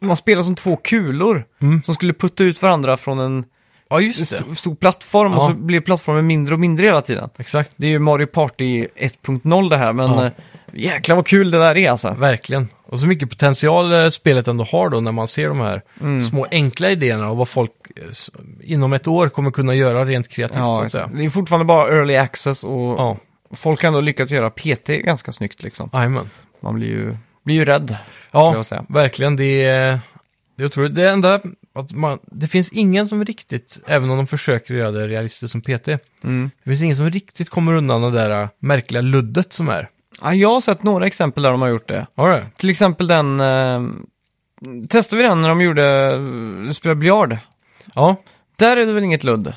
[SPEAKER 1] man spelade som två kulor som skulle putta ut varandra från en
[SPEAKER 2] Mm. Ja, just det.
[SPEAKER 1] st- stor plattform och
[SPEAKER 2] Ja.
[SPEAKER 1] så blev plattformen mindre och mindre hela tiden.
[SPEAKER 2] Exakt.
[SPEAKER 1] Det är ju Mario Party 1.0 det här, men
[SPEAKER 2] Ja.
[SPEAKER 1] eh, jäklar vad kul det där är alltså.
[SPEAKER 2] Verkligen. Och så mycket potential eh, spelet ändå har då när man ser de här
[SPEAKER 1] Mm.
[SPEAKER 2] små enkla idéerna och vad folk eh, s- inom ett år kommer kunna göra rent kreativt. så
[SPEAKER 1] Ja,
[SPEAKER 2] att säga.
[SPEAKER 1] exakt. det är fortfarande bara early access och
[SPEAKER 2] Ja,
[SPEAKER 1] folk har ändå lyckats göra PT ganska snyggt liksom.
[SPEAKER 2] jajamän.
[SPEAKER 1] Man blir ju, blir ju rädd.
[SPEAKER 2] Ja,
[SPEAKER 1] jag säga.
[SPEAKER 2] verkligen. Det är, det är otroligt. Det enda, att man, det finns ingen som riktigt, även om de försöker göra det realistiskt som PT, det finns ingen som riktigt kommer undan det där eh, märkliga luddet som är.
[SPEAKER 1] Ja, jag har sett några exempel där de har gjort det.
[SPEAKER 2] All right.
[SPEAKER 1] Till exempel den, eh, testade vi den när de gjorde, eh, spelade biljard.
[SPEAKER 2] Ja,
[SPEAKER 1] Där är det väl inget ludd?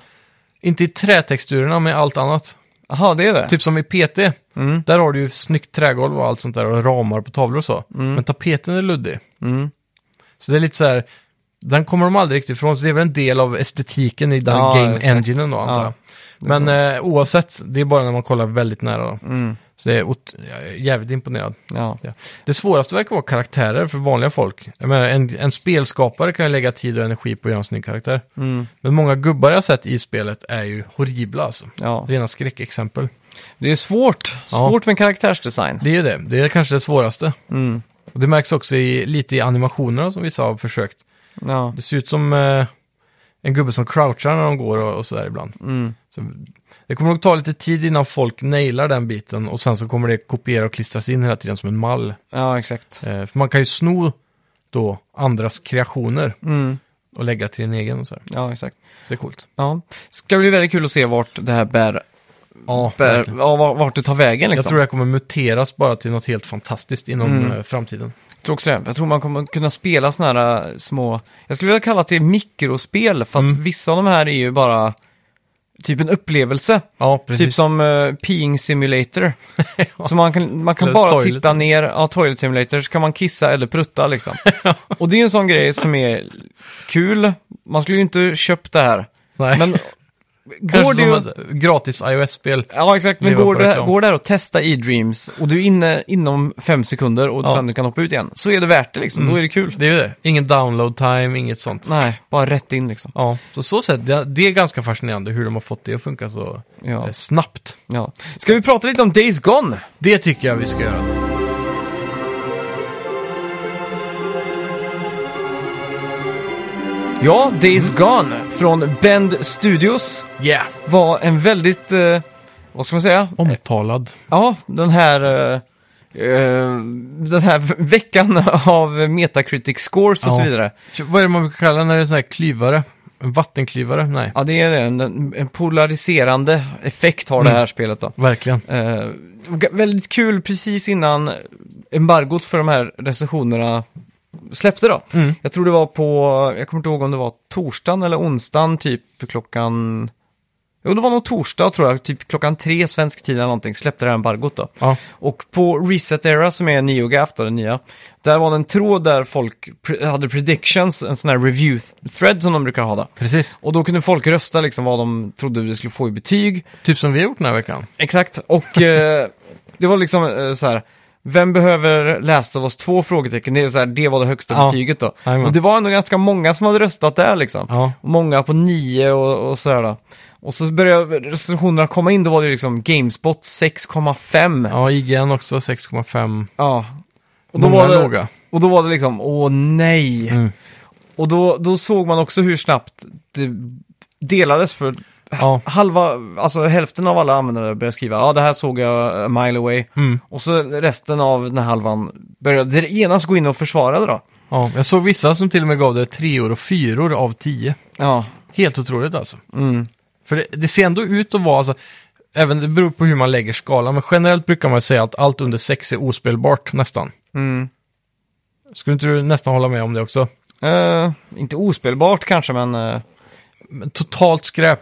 [SPEAKER 2] inte i trätexturerna med allt annat.
[SPEAKER 1] Jaha, det är det?
[SPEAKER 2] Typ som i PT,
[SPEAKER 1] Mm.
[SPEAKER 2] där har du ju snyggt trägolv och allt sånt där och ramar på tavlor och så. Men tapeten är luddig.
[SPEAKER 1] Mm.
[SPEAKER 2] Så det är lite så här, den kommer de aldrig riktigt ifrån. Så det är väl en del av estetiken i den
[SPEAKER 1] Ja,
[SPEAKER 2] game
[SPEAKER 1] exakt.
[SPEAKER 2] enginen då,
[SPEAKER 1] Ja,
[SPEAKER 2] antar jag. Men eh, oavsett, det är bara när man kollar väldigt nära då. Så det är ot- jag är jävligt imponerad.
[SPEAKER 1] mm. Ja.
[SPEAKER 2] Ja. Det svåraste verkar vara karaktärer för vanliga folk. Jag menar, en, en spelskapare kan ju lägga tid och energi på att göra en snygg karaktär.
[SPEAKER 1] Mm.
[SPEAKER 2] Men många gubbar jag sett i spelet är ju horribla alltså.
[SPEAKER 1] ja.
[SPEAKER 2] Rena skräckexempel.
[SPEAKER 1] Det är svårt.
[SPEAKER 2] Ja.
[SPEAKER 1] Svårt med karaktärsdesign.
[SPEAKER 2] Det är ju det. Det är kanske det svåraste.
[SPEAKER 1] Mm.
[SPEAKER 2] Och det märks också i, lite i animationerna som vissa har försökt.
[SPEAKER 1] Ja.
[SPEAKER 2] Det ser ut som eh, en gubbe som crouchar när de går och, och sådär ibland.
[SPEAKER 1] Mm.
[SPEAKER 2] Så, det kommer nog ta lite tid innan folk nailar den biten och sen så kommer det kopiera och klistras in hela tiden som en mall.
[SPEAKER 1] ja, exakt.
[SPEAKER 2] Eh, för man kan ju sno då andras kreationer
[SPEAKER 1] Mm.
[SPEAKER 2] och lägga till en egen och sådär.
[SPEAKER 1] Ja, exakt.
[SPEAKER 2] Så det är coolt.
[SPEAKER 1] Ja. Ska bli väldigt kul att se vart det här bär,
[SPEAKER 2] Ja,
[SPEAKER 1] bär
[SPEAKER 2] verkligen.
[SPEAKER 1] ja, var- vart det tar vägen liksom.
[SPEAKER 2] Jag tror det här kommer muteras bara till något helt fantastiskt inom
[SPEAKER 1] Mm.
[SPEAKER 2] eh, framtiden.
[SPEAKER 1] Jag tror också det. Jag tror man kommer kunna spela sådana här äh, små, jag skulle vilja kalla det mikrospel, för att
[SPEAKER 2] Mm.
[SPEAKER 1] vissa av de här är ju bara typ en upplevelse.
[SPEAKER 2] Ja, precis.
[SPEAKER 1] Typ som uh, Peeing Simulator.
[SPEAKER 2] <laughs> Ja.
[SPEAKER 1] Så man kan, man kan
[SPEAKER 2] Eller
[SPEAKER 1] bara
[SPEAKER 2] toilet.
[SPEAKER 1] titta ner, ja, Toilet Simulator, så kan man kissa eller prutta
[SPEAKER 2] <laughs>
[SPEAKER 1] liksom. Och det är ju en sån grej som är kul. Man skulle ju inte köpt det här.
[SPEAKER 2] <laughs> Nej.
[SPEAKER 1] Men Går
[SPEAKER 2] Kanske
[SPEAKER 1] det
[SPEAKER 2] som
[SPEAKER 1] att...
[SPEAKER 2] ett gratis iOS-spel.
[SPEAKER 1] Ja, exakt. Men
[SPEAKER 2] leva
[SPEAKER 1] går
[SPEAKER 2] på
[SPEAKER 1] det,
[SPEAKER 2] reklam.
[SPEAKER 1] går det här att testa i Dreams och du är inne inom fem sekunder och
[SPEAKER 2] Ja. Mm.
[SPEAKER 1] sen du kan hoppa ut igen, så är det värt det liksom. Då är det kul.
[SPEAKER 2] Det är ju det. Ingen download time, inget sånt.
[SPEAKER 1] Nej, bara rätt in liksom.
[SPEAKER 2] Ja, så så sätt, det, det är ganska fascinerande hur de har fått det att funka så
[SPEAKER 1] Ja.
[SPEAKER 2] eh, snabbt.
[SPEAKER 1] Ja. Ska vi prata lite om Days Gone?
[SPEAKER 2] Det tycker jag vi ska göra.
[SPEAKER 1] Ja, Days Gone från Bend Studios
[SPEAKER 2] Yeah!
[SPEAKER 1] var en väldigt, eh, vad ska man säga?
[SPEAKER 2] Omtalad.
[SPEAKER 1] Ja, den här, eh, eh, den här veckan <laughs> av Metacritic Scores och
[SPEAKER 2] Ja.
[SPEAKER 1] så vidare.
[SPEAKER 2] Vad är det man brukar kalla när det är en sån här klyvare? En vattenklyvare? Nej.
[SPEAKER 1] Ja, det är det. En, en polariserande effekt har det
[SPEAKER 2] Mm.
[SPEAKER 1] här spelet då.
[SPEAKER 2] Verkligen.
[SPEAKER 1] Eh, g- väldigt kul precis innan embargot för de här recensionerna släppte då.
[SPEAKER 2] Mm.
[SPEAKER 1] Jag tror det var på, jag kommer inte ihåg om det var torsdagen eller onsdagen typ klockan... Jo, det var nog torsdag tror jag, typ klockan tre svensk tid eller någonting släppte det här embargot då.
[SPEAKER 2] Ja. Och,
[SPEAKER 1] Och på Reset Era som är NeoGaf då, den nya, där var det en tråd där folk pre- hade predictions, en sån här review thread som de brukar ha då.
[SPEAKER 2] precis.
[SPEAKER 1] Och då kunde folk rösta liksom vad de trodde det skulle få i betyg.
[SPEAKER 2] Typ som vi har gjort den här veckan.
[SPEAKER 1] Exakt, och eh, <laughs> det var liksom eh, så här. Vem behöver Last of Us 2? Frågetecken. Det, är så här, det var det högsta
[SPEAKER 2] Ja.
[SPEAKER 1] betyget då.
[SPEAKER 2] Jajamän.
[SPEAKER 1] Och det var ändå ganska många som hade röstat där liksom.
[SPEAKER 2] Ja.
[SPEAKER 1] Och Många på 9 och, och sådär då. Och så började recensionerna komma in, då var det ju liksom Gamespot 6,5. Ja.
[SPEAKER 2] Ja, IGN också 6,5.
[SPEAKER 1] Och, då
[SPEAKER 2] Många
[SPEAKER 1] var det,
[SPEAKER 2] låga.
[SPEAKER 1] och då var det liksom, åh nej.
[SPEAKER 2] Mm.
[SPEAKER 1] Och då, då såg man också hur snabbt det delades för
[SPEAKER 2] Ja.
[SPEAKER 1] halva, alltså hälften av alla användare började skriva ja det här såg jag a mile away.
[SPEAKER 2] Mm.
[SPEAKER 1] Och så resten av den här halvan började genast gå in och försvara det då.
[SPEAKER 2] ja. Jag såg vissa som till och med gav det treor och fyror av tio.
[SPEAKER 1] Ja,
[SPEAKER 2] Helt otroligt alltså.
[SPEAKER 1] mm.
[SPEAKER 2] För det, det ser ändå ut att vara, alltså, även det beror på hur man lägger skalan, men generellt brukar man ju säga att allt under 6 är ospelbart nästan.
[SPEAKER 1] Mm.
[SPEAKER 2] Skulle inte du nästan hålla med om det också?
[SPEAKER 1] Eh, inte ospelbart kanske men eh,
[SPEAKER 2] Men totalt skräp.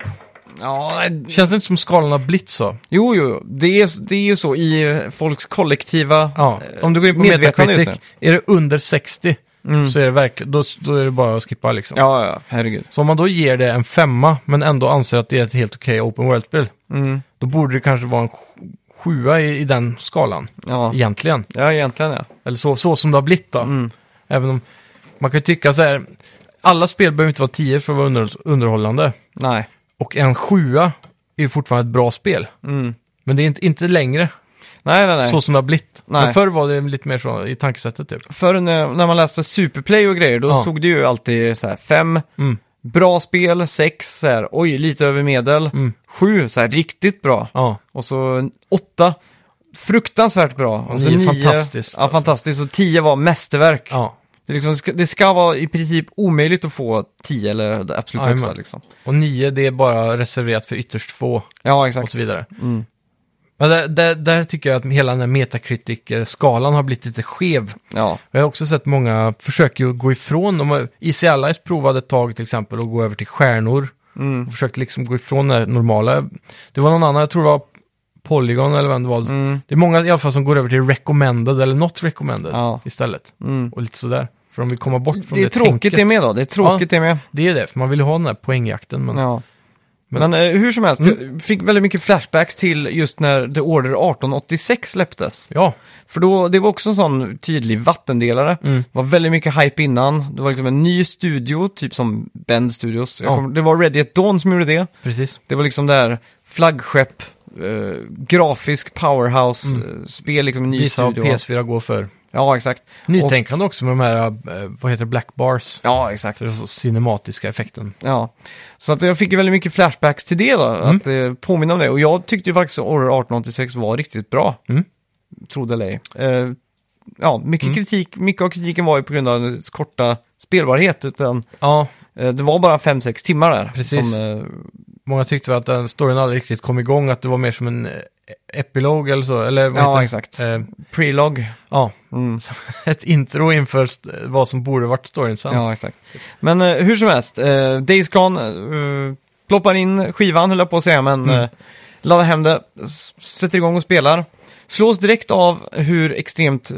[SPEAKER 1] ja, nej.
[SPEAKER 2] Känns det inte som skalan har blivit så?
[SPEAKER 1] jo jo, det är, det är ju så i eh, folks kollektiva
[SPEAKER 2] Ja,
[SPEAKER 1] eh,
[SPEAKER 2] om du går in på
[SPEAKER 1] medvetande just Mm.
[SPEAKER 2] Metacritic, är det under 60 så är det verk, då, då är det bara att skippa liksom.
[SPEAKER 1] Ja, ja, herregud.
[SPEAKER 2] Så om man då ger det en femma, men ändå anser att det är ett helt okej open world-spel,
[SPEAKER 1] Mm.
[SPEAKER 2] då borde det kanske vara en sj- sjua i, i den skalan,
[SPEAKER 1] Ja.
[SPEAKER 2] egentligen.
[SPEAKER 1] ja, egentligen ja.
[SPEAKER 2] Eller så, så som det har blivit då.
[SPEAKER 1] Mm.
[SPEAKER 2] Även om man kan ju tycka så här, alla spel behöver inte vara 10 för att vara under, underhållande.
[SPEAKER 1] Nej.
[SPEAKER 2] Och en sjua är ju fortfarande ett bra spel.
[SPEAKER 1] Mm.
[SPEAKER 2] Men det är inte, inte längre
[SPEAKER 1] Nej, nej, nej.
[SPEAKER 2] så som det har blivit.
[SPEAKER 1] Nej.
[SPEAKER 2] Men förr var det lite mer så i tankesättet typ.
[SPEAKER 1] Förr när, när man läste Superplay och grejer, då
[SPEAKER 2] Ja.
[SPEAKER 1] stod det ju alltid så här fem,
[SPEAKER 2] Mm.
[SPEAKER 1] bra spel, sex, så här, oj, lite över medel,
[SPEAKER 2] Mm.
[SPEAKER 1] sju, så här, riktigt bra,
[SPEAKER 2] Ja,
[SPEAKER 1] och så åtta, fruktansvärt bra, och, så
[SPEAKER 2] nio,
[SPEAKER 1] nio,
[SPEAKER 2] fantastiskt,
[SPEAKER 1] ja,
[SPEAKER 2] alltså.
[SPEAKER 1] fantastiskt, och tio var mästerverk.
[SPEAKER 2] ja.
[SPEAKER 1] Det, är liksom, ska- det ska vara i princip omöjligt att få tio eller det absolut
[SPEAKER 2] Jajamän.
[SPEAKER 1] högsta liksom.
[SPEAKER 2] Och 9 det är bara reserverat för ytterst få
[SPEAKER 1] Ja,
[SPEAKER 2] och
[SPEAKER 1] exakt.
[SPEAKER 2] så vidare.
[SPEAKER 1] Mm.
[SPEAKER 2] Men där, där, där tycker jag att hela den här Metacritic-skalan har blivit lite skev.
[SPEAKER 1] Ja,
[SPEAKER 2] Jag har också sett många försöker ju gå ifrån, de har, Easy Allies provade ett tag till exempel att gå över till stjärnor.
[SPEAKER 1] Mm.
[SPEAKER 2] Och försökte liksom gå ifrån det här normala. Det var någon annan, jag tror det var Polygon eller vem det var.
[SPEAKER 1] Mm.
[SPEAKER 2] Det är många i alla fall som går över till recommended eller not recommended
[SPEAKER 1] Ja.
[SPEAKER 2] istället.
[SPEAKER 1] mm.
[SPEAKER 2] Och lite sådär. För de vill komma bort från
[SPEAKER 1] Det
[SPEAKER 2] det
[SPEAKER 1] är tråkigt
[SPEAKER 2] tänket.
[SPEAKER 1] det med då, det är tråkigt det med.
[SPEAKER 2] Det är det, för man vill ju ha den här poängjakten. Men...
[SPEAKER 1] Ja.
[SPEAKER 2] Men- Mm.
[SPEAKER 1] Men, eh, hur som helst, jag fick väldigt mycket flashbacks till just när The Order 1886 släpptes.
[SPEAKER 2] Ja,
[SPEAKER 1] För då, det var också en sån tydlig vattendelare.
[SPEAKER 2] Mm.
[SPEAKER 1] Det var väldigt mycket hype innan. Det var liksom en ny studio, typ som Bend Studios. Jag
[SPEAKER 2] Ja.
[SPEAKER 1] kommer, det var Ready at Dawn som gjorde det.
[SPEAKER 2] precis.
[SPEAKER 1] Det var liksom det här flaggskepp, eh, grafisk powerhouse-spel, liksom en ny
[SPEAKER 2] Mm. Visa vad
[SPEAKER 1] studio.
[SPEAKER 2] PS4 går för.
[SPEAKER 1] Ja, exakt.
[SPEAKER 2] Nytänkande också med de här, eh, vad heter det, black bars.
[SPEAKER 1] Ja, exakt.
[SPEAKER 2] För den så cinematiska effekten.
[SPEAKER 1] Ja, så att jag fick ju väldigt mycket flashbacks till det då,
[SPEAKER 2] Mm.
[SPEAKER 1] att eh, påminna om det. Och jag tyckte ju faktiskt att Order 1886 var riktigt bra,
[SPEAKER 2] Mm.
[SPEAKER 1] trodde eller ej. Eh, ja, mycket, kritik, mycket av kritiken var ju på grund av dess korta spelbarhet, utan
[SPEAKER 2] Ja,
[SPEAKER 1] eh, det var bara 5-6 timmar där.
[SPEAKER 2] Precis.
[SPEAKER 1] Som, eh,
[SPEAKER 2] många tyckte väl att den storyn aldrig riktigt kom igång, att det var mer som en eh, epilog eller så. Eller vad
[SPEAKER 1] Ja,
[SPEAKER 2] heter det?
[SPEAKER 1] exakt.
[SPEAKER 2] Eh,
[SPEAKER 1] prelog.
[SPEAKER 2] ja, <laughs>
[SPEAKER 1] Mm.
[SPEAKER 2] ett intro inför st- vad som borde varit storyn sen.
[SPEAKER 1] Ja, exakt. Men eh, hur som helst, eh, Days Gone eh, ploppar in skivan, höll jag på att säga, men
[SPEAKER 2] Mm.
[SPEAKER 1] eh, laddar hem det, s- sätter igång och spelar. Slås direkt av hur extremt eh,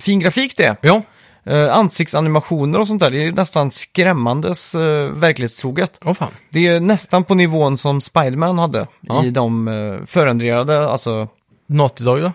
[SPEAKER 1] fin grafik det är.
[SPEAKER 2] Ja,
[SPEAKER 1] eh, ansiktsanimationer och sånt där, det är nästan skrämmandes eh, verklighetstroget.
[SPEAKER 2] Åh fan.
[SPEAKER 1] Det är nästan på nivån som Spiderman hade
[SPEAKER 2] Ja.
[SPEAKER 1] i de eh, förändrade, alltså
[SPEAKER 2] Naughty Dog då?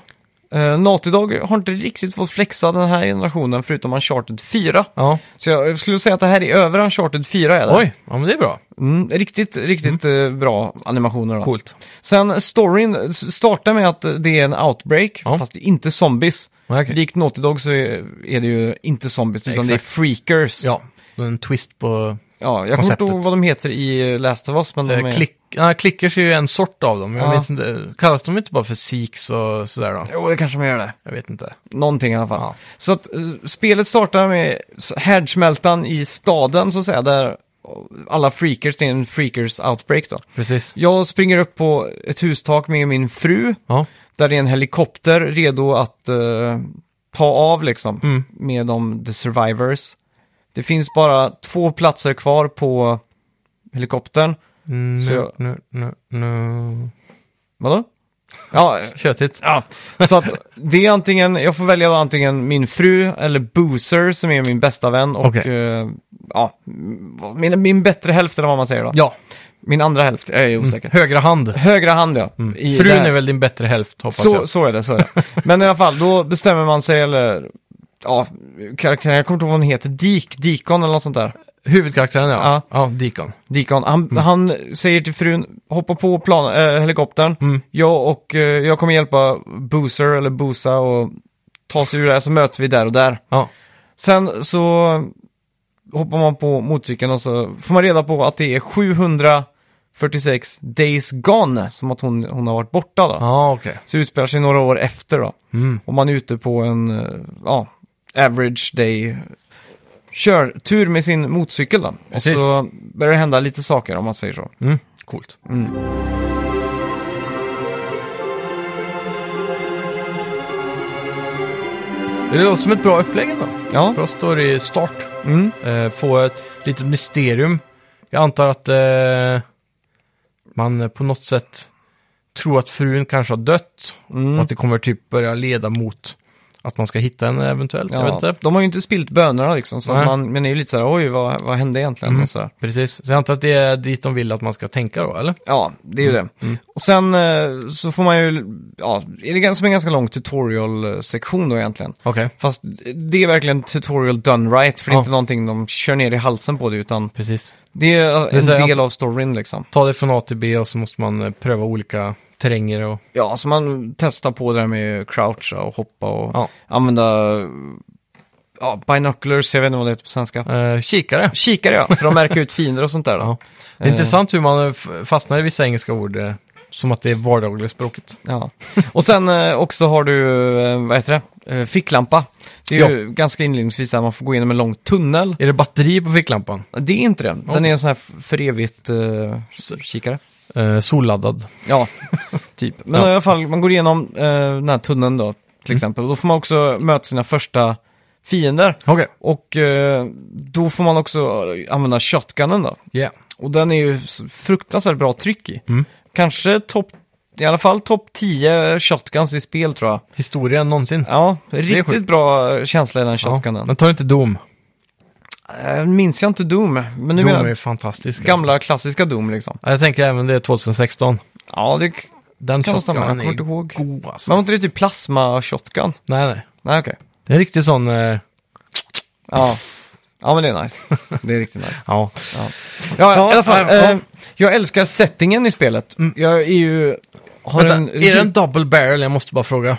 [SPEAKER 1] Uh, Naughty Dog har inte riktigt fått flexa den här generationen förutom Uncharted 4.
[SPEAKER 2] Ja.
[SPEAKER 1] Så jag skulle säga att det här är över Uncharted 4 är det.
[SPEAKER 2] Oj, ja men det är bra.
[SPEAKER 1] Mm, riktigt, riktigt eh, bra animationer då.
[SPEAKER 2] Mm. Coolt.
[SPEAKER 1] Sen storyn s- startar med att det är en outbreak,
[SPEAKER 2] Ja.
[SPEAKER 1] fast det är inte zombies.
[SPEAKER 2] Ja, okej.
[SPEAKER 1] Likt Naughty Dog så är är det ju inte zombies, utan det är
[SPEAKER 2] Exakt.
[SPEAKER 1] freakers.
[SPEAKER 2] Ja, en twist på...
[SPEAKER 1] ja jag kommer inte
[SPEAKER 2] Konceptet.
[SPEAKER 1] ihåg vad de heter i eh, Last of Us, men de
[SPEAKER 2] Eh,
[SPEAKER 1] är...
[SPEAKER 2] klick, nej, clickers är ju en sort av dem. Jag
[SPEAKER 1] Ja.
[SPEAKER 2] minns inte, kallas de inte bara för seeks och sådär då?
[SPEAKER 1] Jo, det kanske de gör det.
[SPEAKER 2] Jag vet inte.
[SPEAKER 1] Någonting i alla fall.
[SPEAKER 2] Ja.
[SPEAKER 1] Så att eh, spelet startar med s- härdsmältan i staden så att säga, där alla freakers, det är en freakers outbreak då.
[SPEAKER 2] Precis.
[SPEAKER 1] Jag springer upp på ett hustak med min fru,
[SPEAKER 2] Ja,
[SPEAKER 1] där det är en helikopter redo att eh, ta av liksom,
[SPEAKER 2] Mm.
[SPEAKER 1] med de the survivors. Det finns bara två platser kvar på helikoptern.
[SPEAKER 2] Mm,
[SPEAKER 1] Så
[SPEAKER 2] nu,
[SPEAKER 1] jag-
[SPEAKER 2] nu, nu, nu.
[SPEAKER 1] Vadå? Ja,
[SPEAKER 2] Tjötigt.
[SPEAKER 1] Ja, så att det är antingen, jag får välja då antingen min fru eller Boozer som är min bästa vän och
[SPEAKER 2] Okej.
[SPEAKER 1] eh, ja, m- min, min bättre hälft eller vad man säger då.
[SPEAKER 2] Ja,
[SPEAKER 1] Min andra hälft, jag är osäker.
[SPEAKER 2] högra hand.
[SPEAKER 1] Högra hand ja. I det
[SPEAKER 2] Frun
[SPEAKER 1] här-
[SPEAKER 2] är väl din bättre hälft, hoppas
[SPEAKER 1] så,
[SPEAKER 2] jag.
[SPEAKER 1] så är det, så är det. Men i alla fall, då bestämmer man sig eller, ja, karaktären, jag kommer inte ihåg vad han heter, Dik, Dikon eller något sånt där.
[SPEAKER 2] Huvudkaraktären, ja.
[SPEAKER 1] Ja.
[SPEAKER 2] Ja, Deacon.
[SPEAKER 1] Dikon, han,
[SPEAKER 2] Mm.
[SPEAKER 1] han säger till frun, hoppa på plan, eh, helikoptern,
[SPEAKER 2] Mm.
[SPEAKER 1] jag och, eh, jag kommer hjälpa Boozer eller Boosa och ta sig ur det här, så möts vi där och där.
[SPEAKER 2] Ja,
[SPEAKER 1] Sen så hoppar man på motorcykeln och så får man reda på att det är 746 days gone, som att hon, hon har varit borta då.
[SPEAKER 2] ja okej.
[SPEAKER 1] Så det utspelar sig några år efter då.
[SPEAKER 2] Mm.
[SPEAKER 1] Och man är ute på en, eh, ja, average day kör tur med sin motorcykel då. Och
[SPEAKER 2] Precis.
[SPEAKER 1] så börjar det hända lite saker om man säger så.
[SPEAKER 2] Mm. Coolt. Det låter som ett bra upplägg ändå.
[SPEAKER 1] Ja,
[SPEAKER 2] Bra story start.
[SPEAKER 1] mm.
[SPEAKER 2] Eh, få ett litet mysterium. Jag antar att eh, man på något sätt tror att frun kanske har dött.
[SPEAKER 1] Mm.
[SPEAKER 2] Och att det kommer typ börja leda mot att man ska hitta henne eventuellt. Jag vet
[SPEAKER 1] ja.
[SPEAKER 2] inte.
[SPEAKER 1] De har ju inte spilt bönorna liksom, så
[SPEAKER 2] Nej. Mm.
[SPEAKER 1] att man, men det är ju lite så här, oj, vad, vad hände egentligen? Och så där.
[SPEAKER 2] Precis, så jag antar att det är dit de vill att man ska tänka då, eller?
[SPEAKER 1] Ja, det är ju
[SPEAKER 2] Mm.
[SPEAKER 1] det. Och sen eh, så får man ju, ja, är det ganska, som en ganska lång tutorial-sektion då egentligen.
[SPEAKER 2] Okej.
[SPEAKER 1] Fast det är verkligen tutorial done right, för det är
[SPEAKER 2] Ja.
[SPEAKER 1] inte någonting de kör ner i halsen på det, utan
[SPEAKER 2] Precis.
[SPEAKER 1] det är en
[SPEAKER 2] så här,
[SPEAKER 1] del av storyn liksom.
[SPEAKER 2] Ta det från A till B och så måste man eh, pröva olika terränger och...
[SPEAKER 1] Ja, så man testar på det där med croucha och hoppa och
[SPEAKER 2] Ja.
[SPEAKER 1] använda ja, binoculars, jag vet inte vad det heter på svenska.
[SPEAKER 2] Eh, kikare.
[SPEAKER 1] Kikare ja, för att märka ut fiender och sånt där. Då.
[SPEAKER 2] Ja. Det är intressant hur man eh, f- fastnar i vissa engelska ord, eh, som att det är vardagliga språket.
[SPEAKER 1] Ja. Och sen eh, också har du, eh, vad heter det, Eh, ficklampa. Det är ju ganska inledningsvis där man får gå igenom en lång tunnel.
[SPEAKER 2] Är det batteri på ficklampan?
[SPEAKER 1] Det är inte det. Den
[SPEAKER 2] Okej.
[SPEAKER 1] är en sån här f- för evigt eh, kikare.
[SPEAKER 2] Eh, solladdad. <laughs>
[SPEAKER 1] Ja, typ. Men
[SPEAKER 2] Ja. Mm.
[SPEAKER 1] i alla fall, man går igenom eh, den här tunneln då, till exempel. Och då får man också möta sina första fiender.
[SPEAKER 2] Okej,
[SPEAKER 1] Och eh, då får man också eh, använda shotgunen då.
[SPEAKER 2] yeah.
[SPEAKER 1] Och den är ju s- fruktansvärt bra tryck i.
[SPEAKER 2] Mm.
[SPEAKER 1] Kanske topp, i alla fall topp 10 shotguns i spel tror jag.
[SPEAKER 2] Historien någonsin.
[SPEAKER 1] Ja, riktigt
[SPEAKER 2] sjukt.
[SPEAKER 1] bra eh, känsla i den shotgunen.
[SPEAKER 2] men tar inte Doom.
[SPEAKER 1] Eh, Minns jag inte Doom, men nu
[SPEAKER 2] Doom
[SPEAKER 1] menar
[SPEAKER 2] är
[SPEAKER 1] jag
[SPEAKER 2] ju fantastisk. Alltså.
[SPEAKER 1] gamla klassiska Doom liksom.
[SPEAKER 2] Ja, Jag tänker även det 2016.
[SPEAKER 1] Ja, det k-
[SPEAKER 2] Den
[SPEAKER 1] kan nog stämma. Jag
[SPEAKER 2] shotgunen
[SPEAKER 1] kommer inte
[SPEAKER 2] är
[SPEAKER 1] ihåg.
[SPEAKER 2] god alltså.
[SPEAKER 1] Men var inte det typ plasma-shotgun?
[SPEAKER 2] Nej, nej.
[SPEAKER 1] Nej, okej.
[SPEAKER 2] Det är en riktig sån... Eh...
[SPEAKER 1] Ja. ja, men det är nice. Det är riktigt nice.
[SPEAKER 2] Ja.
[SPEAKER 1] Ja,
[SPEAKER 2] Ja,
[SPEAKER 1] i alla fall.
[SPEAKER 2] ja, ja. Mm.
[SPEAKER 1] eh, jag älskar settingen i spelet. Jag är ju... Har
[SPEAKER 2] Vänta,
[SPEAKER 1] en,
[SPEAKER 2] är det en double barrel? Jag måste bara fråga.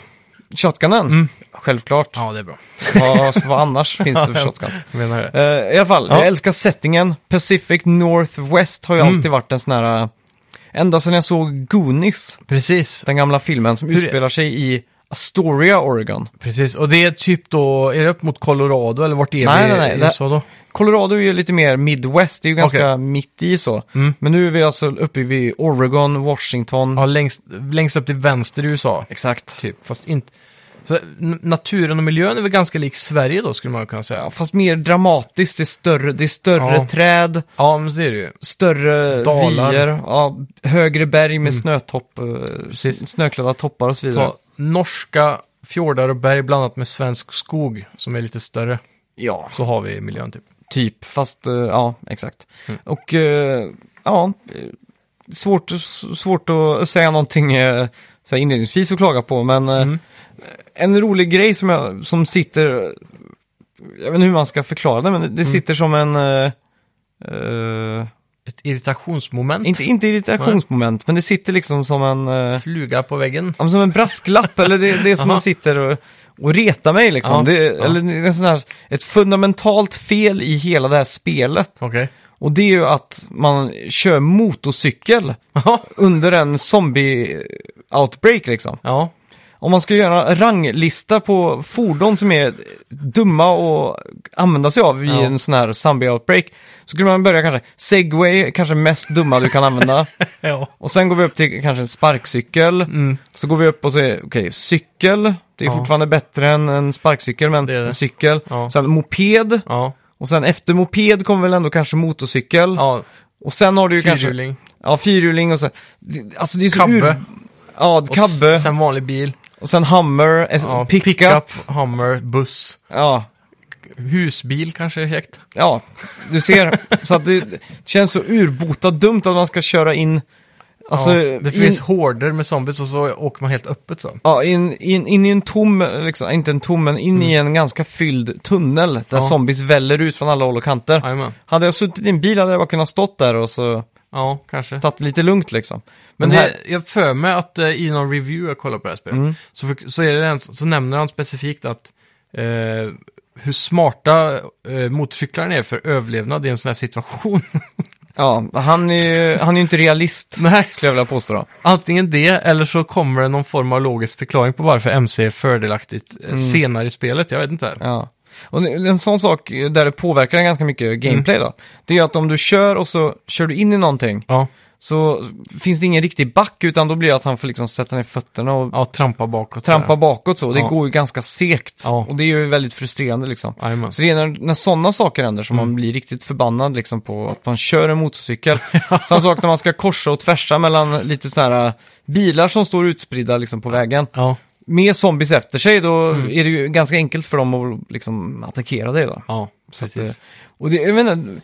[SPEAKER 1] Shotgunen? Självklart.
[SPEAKER 2] Mm. Ja, det är bra.
[SPEAKER 1] <laughs> Vad, vad annars finns det för shotgun?
[SPEAKER 2] Jag menar det.
[SPEAKER 1] Eh, I alla fall,
[SPEAKER 2] Ja. Mm.
[SPEAKER 1] jag älskar settingen. Pacific Northwest har ju alltid varit en sån här... eh, Ända sedan jag såg Goonies,
[SPEAKER 2] Precis,
[SPEAKER 1] den gamla filmen som
[SPEAKER 2] Hur är-
[SPEAKER 1] utspelar sig i Astoria, Oregon.
[SPEAKER 2] precis. Och det är typ då... Är det upp mot Colorado eller vart är
[SPEAKER 1] Nej,
[SPEAKER 2] vi
[SPEAKER 1] nej, nej.
[SPEAKER 2] i
[SPEAKER 1] Det-
[SPEAKER 2] USA då?
[SPEAKER 1] Colorado är ju lite mer Midwest, det är ju ganska
[SPEAKER 2] Okej. Mm.
[SPEAKER 1] mitt i så. Men nu är vi alltså uppe vid Oregon, Washington.
[SPEAKER 2] Ja, längst, längst upp till vänster i USA.
[SPEAKER 1] Exakt.
[SPEAKER 2] Typ, fast inte... Så, n- naturen och miljön är väl ganska lik Sverige då, skulle man kunna säga.
[SPEAKER 1] Ja, fast mer dramatiskt, det är större, det är större
[SPEAKER 2] Ja.
[SPEAKER 1] träd,
[SPEAKER 2] Ja, men det är det ju.
[SPEAKER 1] större
[SPEAKER 2] Dalar. Mm.
[SPEAKER 1] vyer, ja, högre berg med snötopp, eh,
[SPEAKER 2] Precis.
[SPEAKER 1] snöklädda toppar och så vidare.
[SPEAKER 2] Ta norska fjordar och berg blandat med svensk skog som är lite större.
[SPEAKER 1] Ja,
[SPEAKER 2] så har vi miljön typ.
[SPEAKER 1] typ. Fast, eh, ja, exakt.
[SPEAKER 2] Mm.
[SPEAKER 1] Och, eh, ja, eh, svårt, svårt att säga någonting eh, så här inledningsvis att klaga på, men eh,
[SPEAKER 2] Mm.
[SPEAKER 1] en rolig grej som, jag, som sitter, jag vet inte hur man ska förklara det, men
[SPEAKER 2] Mm.
[SPEAKER 1] det, det sitter som en, eh, eh,
[SPEAKER 2] Ett irritationsmoment.
[SPEAKER 1] inte, inte irritationsmoment, men det sitter liksom som en... eh,
[SPEAKER 2] Fluga på väggen.
[SPEAKER 1] Ja, men som en
[SPEAKER 2] <laughs>
[SPEAKER 1] brasklapp, eller det, det är som
[SPEAKER 2] Aha.
[SPEAKER 1] man sitter och, och retar mig liksom.
[SPEAKER 2] Ja,
[SPEAKER 1] det,
[SPEAKER 2] ja.
[SPEAKER 1] Eller det är en sån här, ett fundamentalt fel i hela det här spelet.
[SPEAKER 2] Okej.
[SPEAKER 1] Och det är ju att man kör motorcykel
[SPEAKER 2] <laughs> Ja.
[SPEAKER 1] under en zombie-outbreak liksom.
[SPEAKER 2] ja.
[SPEAKER 1] Om man ska göra en ranglista på fordon som är dumma och använda sig av i
[SPEAKER 2] Ja.
[SPEAKER 1] en sån här zombie-outbreak, så skulle man börja kanske, segway, kanske mest dumma du kan
[SPEAKER 2] <laughs>
[SPEAKER 1] använda.
[SPEAKER 2] Ja.
[SPEAKER 1] Och sen går vi upp till kanske en sparkcykel. Så går vi upp och säger, okej, cykel. Det är
[SPEAKER 2] Mm. Ja.
[SPEAKER 1] fortfarande bättre än en sparkcykel, men
[SPEAKER 2] Det är det.
[SPEAKER 1] en cykel.
[SPEAKER 2] Ja.
[SPEAKER 1] Sen moped.
[SPEAKER 2] Ja.
[SPEAKER 1] Och sen efter moped kommer väl ändå kanske motorcykel.
[SPEAKER 2] ja.
[SPEAKER 1] Och sen har du ju kanske...
[SPEAKER 2] Fyrhjuling.
[SPEAKER 1] Ja, fyrhjuling och så. det- Alltså det är så
[SPEAKER 2] Kabbe.
[SPEAKER 1] ur- Ja,
[SPEAKER 2] Och
[SPEAKER 1] kabbe.
[SPEAKER 2] s- Sen vanlig bil.
[SPEAKER 1] och sen hammer, es-
[SPEAKER 2] Ja,
[SPEAKER 1] pickup.
[SPEAKER 2] Hummer, buss.
[SPEAKER 1] Ja,
[SPEAKER 2] Husbil kanske är käckt.
[SPEAKER 1] ja, du ser. så att det, det känns så urbota dumt att man ska köra in... Alltså,
[SPEAKER 2] ja, det
[SPEAKER 1] in-
[SPEAKER 2] finns horder med zombies och så åker man helt öppet så.
[SPEAKER 1] Ja, in, in, in i en tom, liksom, inte en tom, men in i en ganska fylld tunnel där
[SPEAKER 2] Mm. Ja.
[SPEAKER 1] zombies väller ut från alla håll och kanter.
[SPEAKER 2] Jajamän.
[SPEAKER 1] Hade jag suttit i en bil hade jag bara kunnat stått där och så
[SPEAKER 2] Ja, kanske.
[SPEAKER 1] tagit det lite lugnt liksom.
[SPEAKER 2] Men
[SPEAKER 1] Men,
[SPEAKER 2] det,
[SPEAKER 1] här, Mm.
[SPEAKER 2] jag för mig att eh, i någon review jag kollar på det här spelet, så, för, så, är det en, så nämner han specifikt att eh, hur smarta eh, motorcyklarna är för överlevnad i en sån
[SPEAKER 1] <laughs>
[SPEAKER 2] här situation.
[SPEAKER 1] ja, han är ju han är ju inte realist,
[SPEAKER 2] Nej,
[SPEAKER 1] skulle jag vilja påstå då.
[SPEAKER 2] antingen det eller så kommer det någon form av logisk förklaring på varför MC är fördelaktigt eh,
[SPEAKER 1] Mm.
[SPEAKER 2] senare i spelet. Jag vet inte.
[SPEAKER 1] Ja. Och en en sån sak där det påverkar ganska
[SPEAKER 2] Mm.
[SPEAKER 1] mycket gameplay då, det är att om du kör och så kör du in i någonting
[SPEAKER 2] Ja,
[SPEAKER 1] så finns det ingen riktig back utan då blir det att han får liksom sätta ner fötterna och
[SPEAKER 2] ja trampa bakåt.
[SPEAKER 1] trampa bakåt så. Det
[SPEAKER 2] Ja.
[SPEAKER 1] går ju ganska segt
[SPEAKER 2] Ja.
[SPEAKER 1] och det är ju väldigt frustrerande liksom.
[SPEAKER 2] bakåt.
[SPEAKER 1] Så det är när, när sådana saker händer som
[SPEAKER 2] Mm.
[SPEAKER 1] man blir riktigt förbannad liksom, på att man kör en
[SPEAKER 2] <laughs>
[SPEAKER 1] motorcykel. Samma sak när man ska korsa och tvärsa mellan lite sådana här äh, bilar som står utspridda liksom, på vägen.
[SPEAKER 2] Ja,
[SPEAKER 1] Med zombies efter sig då
[SPEAKER 2] Mm.
[SPEAKER 1] är det ju ganska enkelt för dem att liksom, attackera dig. Då.
[SPEAKER 2] ja,
[SPEAKER 1] Så att,
[SPEAKER 2] precis.
[SPEAKER 1] eh, och det, jag vet inte,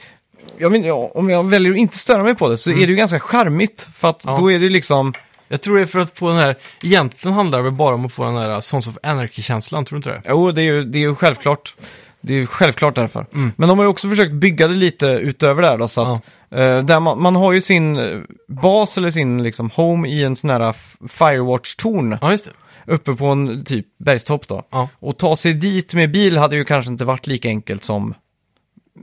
[SPEAKER 1] jag vet, inte, om jag väljer att inte störa mig på det så är det ju ganska charmigt. För att
[SPEAKER 2] Mm. Ja.
[SPEAKER 1] då är det ju liksom,
[SPEAKER 2] Jag tror det är för att få den här, egentligen handlar det väl bara om att få den här eh, Sons of Anarchy-känslan, tror du inte det?
[SPEAKER 1] Jo, det är ju, det är ju självklart. Det är ju självklart därför.
[SPEAKER 2] Mm.
[SPEAKER 1] Men de har ju också försökt bygga det lite utöver det här då, så att, eh, där man, man har ju sin eh, bas eller sin liksom home i en sån här f- Firewatch-torn
[SPEAKER 2] Ja, just det.
[SPEAKER 1] uppe på en typ bergstopp då.
[SPEAKER 2] Ja.
[SPEAKER 1] Och ta sig dit med bil hade ju kanske inte varit lika enkelt som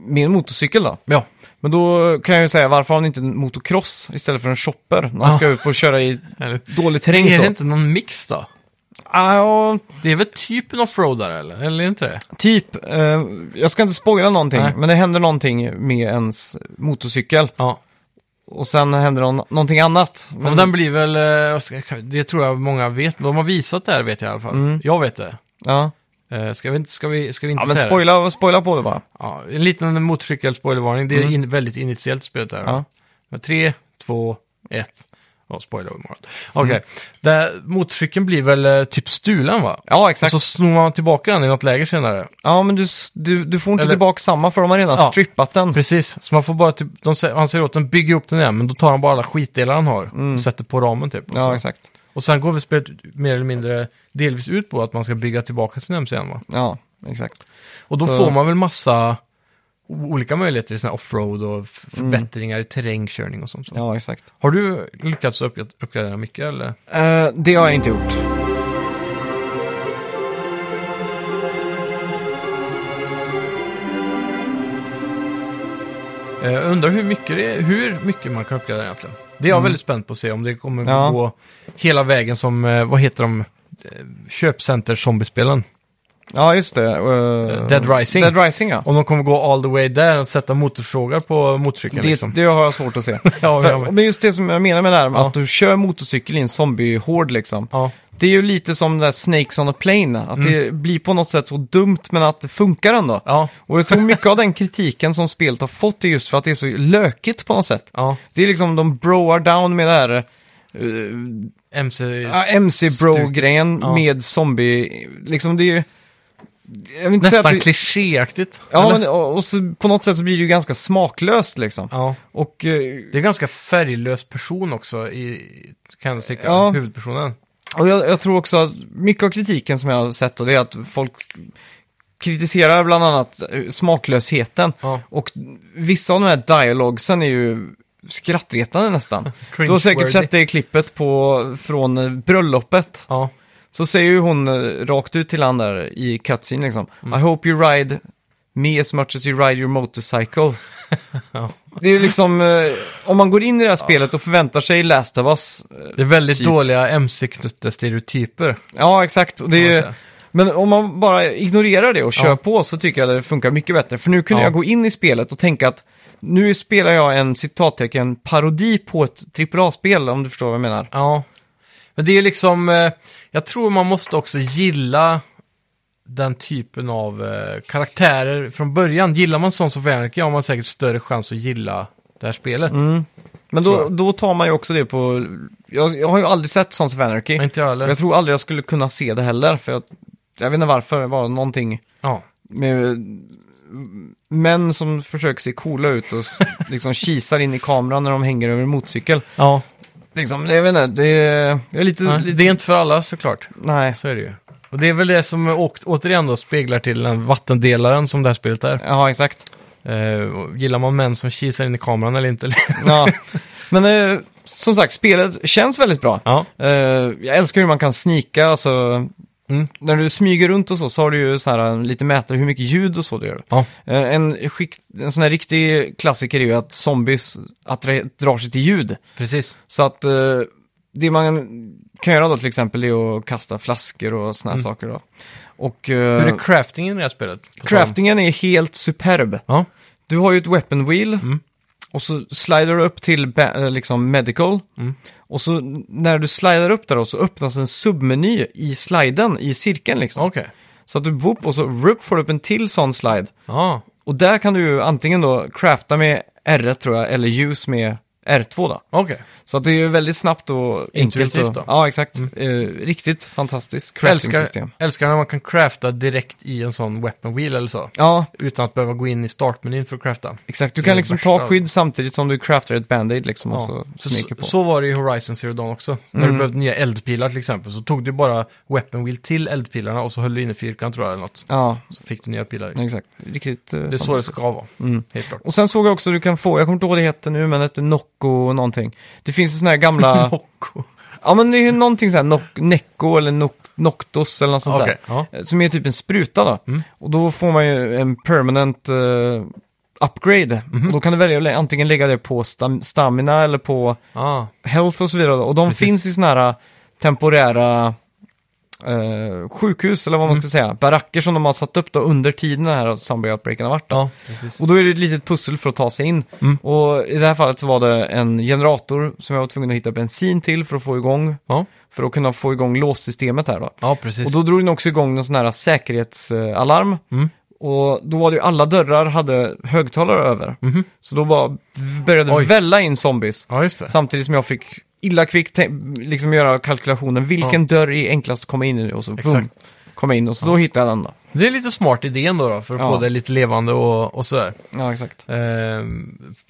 [SPEAKER 1] med en motorcykel då.
[SPEAKER 2] Ja,
[SPEAKER 1] Men då kan jag ju säga, varför har ni inte en motocross istället för en shopper? När man
[SPEAKER 2] Ja.
[SPEAKER 1] ska ut och köra i
[SPEAKER 2] eller
[SPEAKER 1] dålig terräng
[SPEAKER 2] Är
[SPEAKER 1] så.
[SPEAKER 2] det inte någon mix då?
[SPEAKER 1] Ah, ja,
[SPEAKER 2] Det är väl typ en offroadare eller? Eller är det inte det?
[SPEAKER 1] Typ, eh, jag ska inte spoila någonting,
[SPEAKER 2] Nej.
[SPEAKER 1] men det händer någonting med ens motorcykel.
[SPEAKER 2] Ja.
[SPEAKER 1] Och sen händer nå- någonting annat.
[SPEAKER 2] Men
[SPEAKER 1] Men,
[SPEAKER 2] den blir väl, eh, jag ska- det tror jag många vet, de har visat det här vet jag i alla fall. Jag vet det.
[SPEAKER 1] ja.
[SPEAKER 2] Eh, Ska vi inte, ska vi, ska vi inte
[SPEAKER 1] ja, men
[SPEAKER 2] säga
[SPEAKER 1] spoila, spoila på det bara.
[SPEAKER 2] det? Ja, en liten motorcykel-spoilervarning, det är in, väldigt initiellt spelet där.
[SPEAKER 1] Mm. Ja.
[SPEAKER 2] Men Tre, två, ett. Ja, spoiler imorgon. Okej,
[SPEAKER 1] Mm.
[SPEAKER 2] Där motorcykeln blir väl eh, typ stulen va?
[SPEAKER 1] Ja, exakt.
[SPEAKER 2] Och så snor man tillbaka den i något läger senare.
[SPEAKER 1] Ja, men du, s- du, du får inte
[SPEAKER 2] Eller-
[SPEAKER 1] tillbaka samma för de har redan
[SPEAKER 2] Ja.
[SPEAKER 1] strippat den.
[SPEAKER 2] Precis, så man får bara typ, de, sä- han säger åt den bygga upp den igen, men då tar han bara alla skitdelar han har och sätter på ramen typ. Och,
[SPEAKER 1] Mm. Ja,
[SPEAKER 2] så.
[SPEAKER 1] exakt.
[SPEAKER 2] och sen går väl spelet ut- mer eller mindre delvis ut på att man ska bygga tillbaka sin MC igen va?
[SPEAKER 1] Ja, exakt.
[SPEAKER 2] Och då
[SPEAKER 1] Så-
[SPEAKER 2] får man väl massa o- olika möjligheter i sån här offroad och f-
[SPEAKER 1] Mm.
[SPEAKER 2] förbättringar i terrängkörning och sånt. Så.
[SPEAKER 1] Ja, exakt.
[SPEAKER 2] Har du lyckats uppgra- uppgradera mycket eller?
[SPEAKER 1] Eh, det har jag inte gjort.
[SPEAKER 2] Eh, Jag undrar hur mycket, det är, hur mycket man kan uppgradera egentligen. Det är jag väldigt spänd på att se om det kommer
[SPEAKER 1] Mm. Ja.
[SPEAKER 2] gå hela vägen som, eh, vad heter de, Eh, köpcenter-zombiespelen.
[SPEAKER 1] Ja, just det. eh,
[SPEAKER 2] Dead Rising.
[SPEAKER 1] Dead Rising, ja.
[SPEAKER 2] Om de kommer gå all the way där och sätta motorsågar på motorcykeln
[SPEAKER 1] Det,
[SPEAKER 2] liksom.
[SPEAKER 1] det har jag svårt att se.
[SPEAKER 2] <laughs> Ja, ja,
[SPEAKER 1] för,
[SPEAKER 2] men-
[SPEAKER 1] men just det som jag menar med det här, med
[SPEAKER 2] Ja.
[SPEAKER 1] att du kör motorcykel i en zombiehord liksom.
[SPEAKER 2] Ja,
[SPEAKER 1] Det är ju lite som det där Snakes on a Plane, att det
[SPEAKER 2] Mm.
[SPEAKER 1] blir på något sätt så dumt men att det funkar ändå.
[SPEAKER 2] ja,
[SPEAKER 1] Och jag tror mycket av den kritiken som spelet har fått är just för att det är så lökigt på något sätt.
[SPEAKER 2] ja.
[SPEAKER 1] Det är liksom de broar down med det här eh,
[SPEAKER 2] MC...
[SPEAKER 1] MC-bro-grejen
[SPEAKER 2] Ja.
[SPEAKER 1] med zombie, liksom det är ju... jag vill inte säga
[SPEAKER 2] Nästan
[SPEAKER 1] att det,
[SPEAKER 2] klichéaktigt.
[SPEAKER 1] Ja,
[SPEAKER 2] eller?
[SPEAKER 1] men, och, och så, på något sätt så blir det ju ganska smaklöst liksom.
[SPEAKER 2] ja.
[SPEAKER 1] Och eh,
[SPEAKER 2] Det är en ganska färglös person också, i, kan jag tycka,
[SPEAKER 1] Ja.
[SPEAKER 2] huvudpersonen.
[SPEAKER 1] Och jag, jag tror också att mycket av kritiken som jag har sett och det är att folk kritiserar bland annat eh, smaklösheten.
[SPEAKER 2] Ja.
[SPEAKER 1] Och vissa av de här dialogsen är ju skrattretande nästan. du har säkert
[SPEAKER 2] Cringe-worthy.
[SPEAKER 1] sett det klippet på, från eh, bröllopet.
[SPEAKER 2] Ja,
[SPEAKER 1] Så säger ju hon eh, rakt ut till han där i cutscene liksom. I hope you ride me as much as you ride your <laughs> motorcycle. Det är ju liksom, eh, om man går in i det här spelet och förväntar sig Last of Us. eh,
[SPEAKER 2] det är väldigt
[SPEAKER 1] Typ.
[SPEAKER 2] dåliga mc-knutte-stereotyper.
[SPEAKER 1] Ja, exakt. Och det är
[SPEAKER 2] kan man
[SPEAKER 1] ju...
[SPEAKER 2] säga.
[SPEAKER 1] Men om man bara ignorerar det och kör
[SPEAKER 2] Ja.
[SPEAKER 1] på så tycker jag det funkar mycket bättre. För nu kunde
[SPEAKER 2] Ja.
[SPEAKER 1] jag gå in i spelet och tänka att nu spelar jag en citattecken parodi på ett AAA-spel om du förstår vad jag menar.
[SPEAKER 2] Ja. Men det är liksom, eh, jag tror man måste också gilla den typen av eh, karaktärer från början. Gillar man sånt som Wernicke har man säkert större chans att gilla det här spelet.
[SPEAKER 1] Mm. Men
[SPEAKER 2] Tror
[SPEAKER 1] då,
[SPEAKER 2] jag.
[SPEAKER 1] då tar man ju också det på... Jag, jag har ju aldrig sett Sons of Anarchy.
[SPEAKER 2] Men inte jag heller.
[SPEAKER 1] Jag tror aldrig jag skulle kunna se det heller. För jag, jag vet inte varför, det var någonting
[SPEAKER 2] Ja.
[SPEAKER 1] med män som försöker se coola ut och
[SPEAKER 2] <laughs>
[SPEAKER 1] s- liksom kisar in i kameran när de hänger över en motorcykel.
[SPEAKER 2] Ja.
[SPEAKER 1] Liksom, jag vet inte, det är, jag är lite...
[SPEAKER 2] Nej,
[SPEAKER 1] lite
[SPEAKER 2] Det är inte för alla såklart.
[SPEAKER 1] Nej.
[SPEAKER 2] Så är det ju. Och det är väl det som å- återigen då speglar till den vattendelaren som det här spelet är.
[SPEAKER 1] Ja, exakt.
[SPEAKER 2] Eh, och gillar man män som kisar in i kameran eller inte? <laughs>
[SPEAKER 1] Ja. <laughs> Men eh, som sagt, spelet känns väldigt bra.
[SPEAKER 2] ja.
[SPEAKER 1] Eh, jag älskar hur man kan snika, alltså.
[SPEAKER 2] Mm.
[SPEAKER 1] När du smyger runt och så, så har du ju så här en liten mätare hur mycket ljud och så du gör.
[SPEAKER 2] Ja.
[SPEAKER 1] Eh, en, skick, en sån här riktig klassiker är ju att zombies attra- drar sig till ljud.
[SPEAKER 2] Precis.
[SPEAKER 1] Så att eh, det man kan göra då till exempel är att kasta flaskor och såna här saker då. Och
[SPEAKER 2] Hur
[SPEAKER 1] eh,
[SPEAKER 2] är craftingen i det här spelet? På
[SPEAKER 1] craftingen är helt superb.
[SPEAKER 2] tal om-
[SPEAKER 1] Du har ju ett weapon wheel.
[SPEAKER 2] Mm.
[SPEAKER 1] Och så slider du upp till ba- eh, liksom medical.
[SPEAKER 2] Mm.
[SPEAKER 1] Och så när du slider upp där då, så öppnas en submeny i sliden, i cirkeln liksom.
[SPEAKER 2] Ja, okej.
[SPEAKER 1] Så att du whoop och så rup får du upp en till sån slide.
[SPEAKER 2] Ja,
[SPEAKER 1] Och där kan du ju antingen då crafta med R1 tror jag, eller use med R2 då.
[SPEAKER 2] okej.
[SPEAKER 1] Så att det är ju väldigt snabbt och enkelt.
[SPEAKER 2] Intuitivt
[SPEAKER 1] Och,
[SPEAKER 2] då. Mm.
[SPEAKER 1] Ja, exakt. Eh, riktigt fantastiskt crafting-system.
[SPEAKER 2] Älskar, älskar när man kan crafta direkt i en sån weapon wheel eller så.
[SPEAKER 1] Ja,
[SPEAKER 2] Utan att behöva gå in i startmenyn för att crafta.
[SPEAKER 1] exakt. Du
[SPEAKER 2] Det är
[SPEAKER 1] kan
[SPEAKER 2] det
[SPEAKER 1] liksom
[SPEAKER 2] värsta,
[SPEAKER 1] ta
[SPEAKER 2] alltså.
[SPEAKER 1] skydd samtidigt som du craftar ett band-aid liksom och
[SPEAKER 2] Ja.
[SPEAKER 1] så
[SPEAKER 2] Så,
[SPEAKER 1] smeker på. Mm.
[SPEAKER 2] så var det i Horizon Zero Dawn också. När du behövde nya eldpilar till exempel så tog du bara weapon wheel till eldpilarna och så höll du in i fyrkant tror jag eller något.
[SPEAKER 1] Ja,
[SPEAKER 2] Så fick du nya pilar.
[SPEAKER 1] exakt. Mm. Riktigt eh,
[SPEAKER 2] Det är så det ska vara. Helt
[SPEAKER 1] <laughs>
[SPEAKER 2] klart.
[SPEAKER 1] Och sen såg jag också att du kan få, jag kommer inte ihåg vad det heter nu, men det heter Nocco någonting. Det finns ju sådana här gamla,
[SPEAKER 2] <laughs> Nocco.
[SPEAKER 1] ja men det är någonting såhär Noc Necco eller Noc Noctos eller något sånt
[SPEAKER 2] Okej, Mm. ja.
[SPEAKER 1] där. Eh, Som är typ en spruta då. Och då får man ju en permanent eh, upgrade.
[SPEAKER 2] Mhm.
[SPEAKER 1] Och då kan du välja att lä- antingen lägga det på stam stamina eller på
[SPEAKER 2] Ah,
[SPEAKER 1] health och så vidare. då. Och de
[SPEAKER 2] Precis.
[SPEAKER 1] finns i sådana här äh, temporära eh, sjukhus eller vad
[SPEAKER 2] Mm.
[SPEAKER 1] man ska säga. Baracker som de har satt upp då under tiden den här zombie-outbreaken har varit. Då.
[SPEAKER 2] ja, precis.
[SPEAKER 1] Och då är det ett litet pussel för att ta sig in.
[SPEAKER 2] Mm.
[SPEAKER 1] Och i det här fallet så var det en generator som jag var tvungen att hitta bensin till för att få igång,
[SPEAKER 2] Ja,
[SPEAKER 1] för att kunna få igång låssystemet här då.
[SPEAKER 2] ja precis.
[SPEAKER 1] Och då drog den också igång en sån här säkerhetsalarm.
[SPEAKER 2] Mm.
[SPEAKER 1] Och då var det ju alla dörrar hade högtalare över. Så då bara började
[SPEAKER 2] Oj.
[SPEAKER 1] välla in zombies.
[SPEAKER 2] Mhm. ja, just det.
[SPEAKER 1] Samtidigt som jag fick illa kvickt tän- liksom göra kalkylationen, vilken dörr är enklast att komma in i? Och så boom,
[SPEAKER 2] Exakt.
[SPEAKER 1] kom jag in och så då hittade jag den då.
[SPEAKER 2] Det är lite smart idé ändå då, för att
[SPEAKER 1] Ja.
[SPEAKER 2] få det lite levande och, och sådär.
[SPEAKER 1] Ja, exakt.
[SPEAKER 2] Eh,